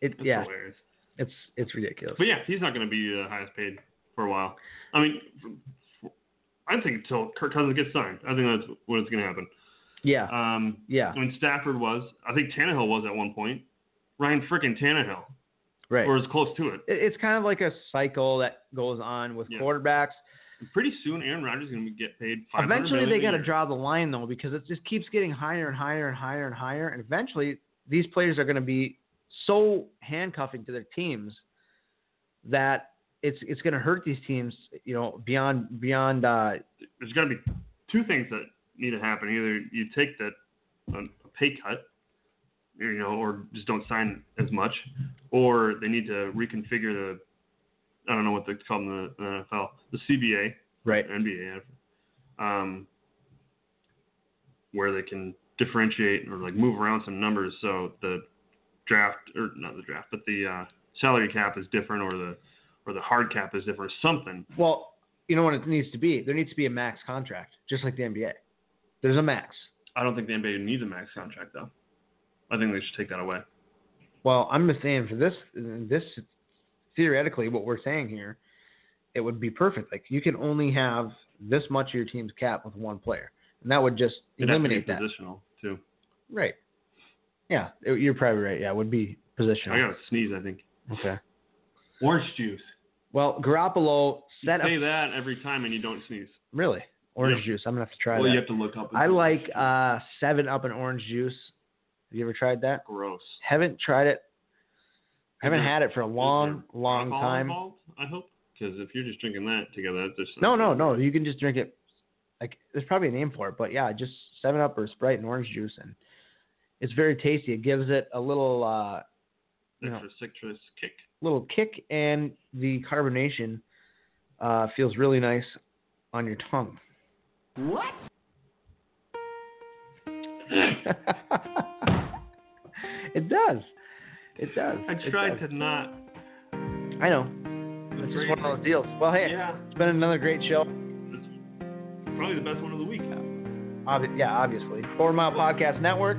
A: It
C: That's
A: yeah.
C: hilarious.
A: It's it's ridiculous.
C: But yeah, he's not going to be the highest paid for a while. I mean, f- f- I think until Kirk Cousins gets signed, I think that's what it's going to happen.
A: Yeah.
C: Um,
A: yeah.
C: I mean, Stafford was. I think Tannehill was at one point. Ryan frickin' Tannehill,
A: Right.
C: or as close to it.
A: It- it's kind of like a cycle that goes on with
C: Yeah.
A: quarterbacks.
C: Pretty soon, Aaron Rodgers is going to get paid. 500
A: Eventually,
C: million
A: they
C: a
A: got to
C: year.
A: draw the line though, because it just keeps getting higher and higher and higher and higher, and eventually these players are going to be so handcuffing to their teams that it's it's going to hurt these teams, you know, beyond beyond. Uh,
C: There's got to be two things that need to happen. Either you take that a a pay cut, you know, or just don't sign as much, or they need to reconfigure the. I don't know what they call them in the NFL, the CBA.
A: right.
C: NBA, um, where they can differentiate or like move around some numbers. So the draft or not the draft, but the uh, salary cap is different, or the or the hard cap is different, or something.
A: Well, you know what it needs to be. There needs to be a max contract, just like the NBA. There's a max.
C: I don't think the NBA needs a max contract though. I think they should take that away.
A: Well, I'm just saying for this, this theoretically, what we're saying here, it would be perfect. Like you can only have this much of your team's cap with one player, and that would just
C: It'd have to be
A: eliminate that.
C: Positional too.
A: Right. Yeah, it- you're probably right. Yeah, it would be
C: I
A: positional.
C: got to sneeze. I think
A: Okay.
C: orange juice.
A: Well, Garoppolo
C: You
A: set up
C: say that every time and you don't sneeze.
A: really orange juice. I'm gonna have to try
C: Well,
A: that.
C: you have to look up.
A: I like uh, Seven Up and orange juice. Have you ever tried that?
C: gross.
A: Haven't tried it. Haven't
C: there-
A: had it for a long,
C: Is there
A: long
C: alcohol
A: time.
C: Involved, I hope, because if you're just drinking that together, that's just
A: No, no, no. You can just drink it. Like there's probably a name for it, but yeah, just Seven Up or Sprite and orange juice, and it's very tasty. It gives it a little, uh, you know,
C: Extra citrus kick.
A: little kick, and the carbonation uh, feels really nice on your tongue.
E: What?
A: it does. It does.
C: I
A: It
C: tried
A: does.
C: to not.
A: I know. It's just one of those deals. Well, hey,
C: Yeah,
A: it's been another great show.
C: it's probably the best one of the week.
A: Obvi- yeah, obviously. Forward Mile Podcast Network.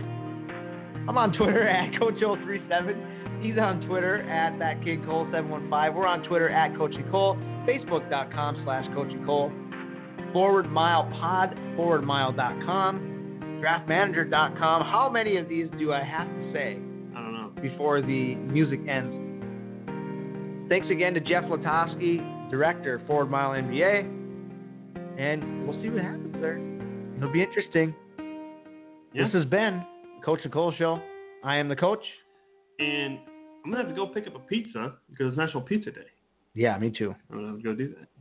A: I'm on Twitter at CoachO37. He's on Twitter at that kid Cole715. We're on Twitter at Coachy Cole. Facebook.com slash Coachy Cole. Forward Mile Pod, forwardmile.com. draftmanager.com. How many of these do I have to say
C: I don't know.
A: before the music ends? Thanks again to Jeff Latosky, director of Forward Mile NBA, and we'll see what happens there. It'll be interesting.
C: Yeah.
A: This has been Coach and Cole Show. I am the coach.
C: And I'm gonna have to go pick up a pizza because it's National Pizza Day.
A: Yeah, me too.
C: I'm gonna have to go do that.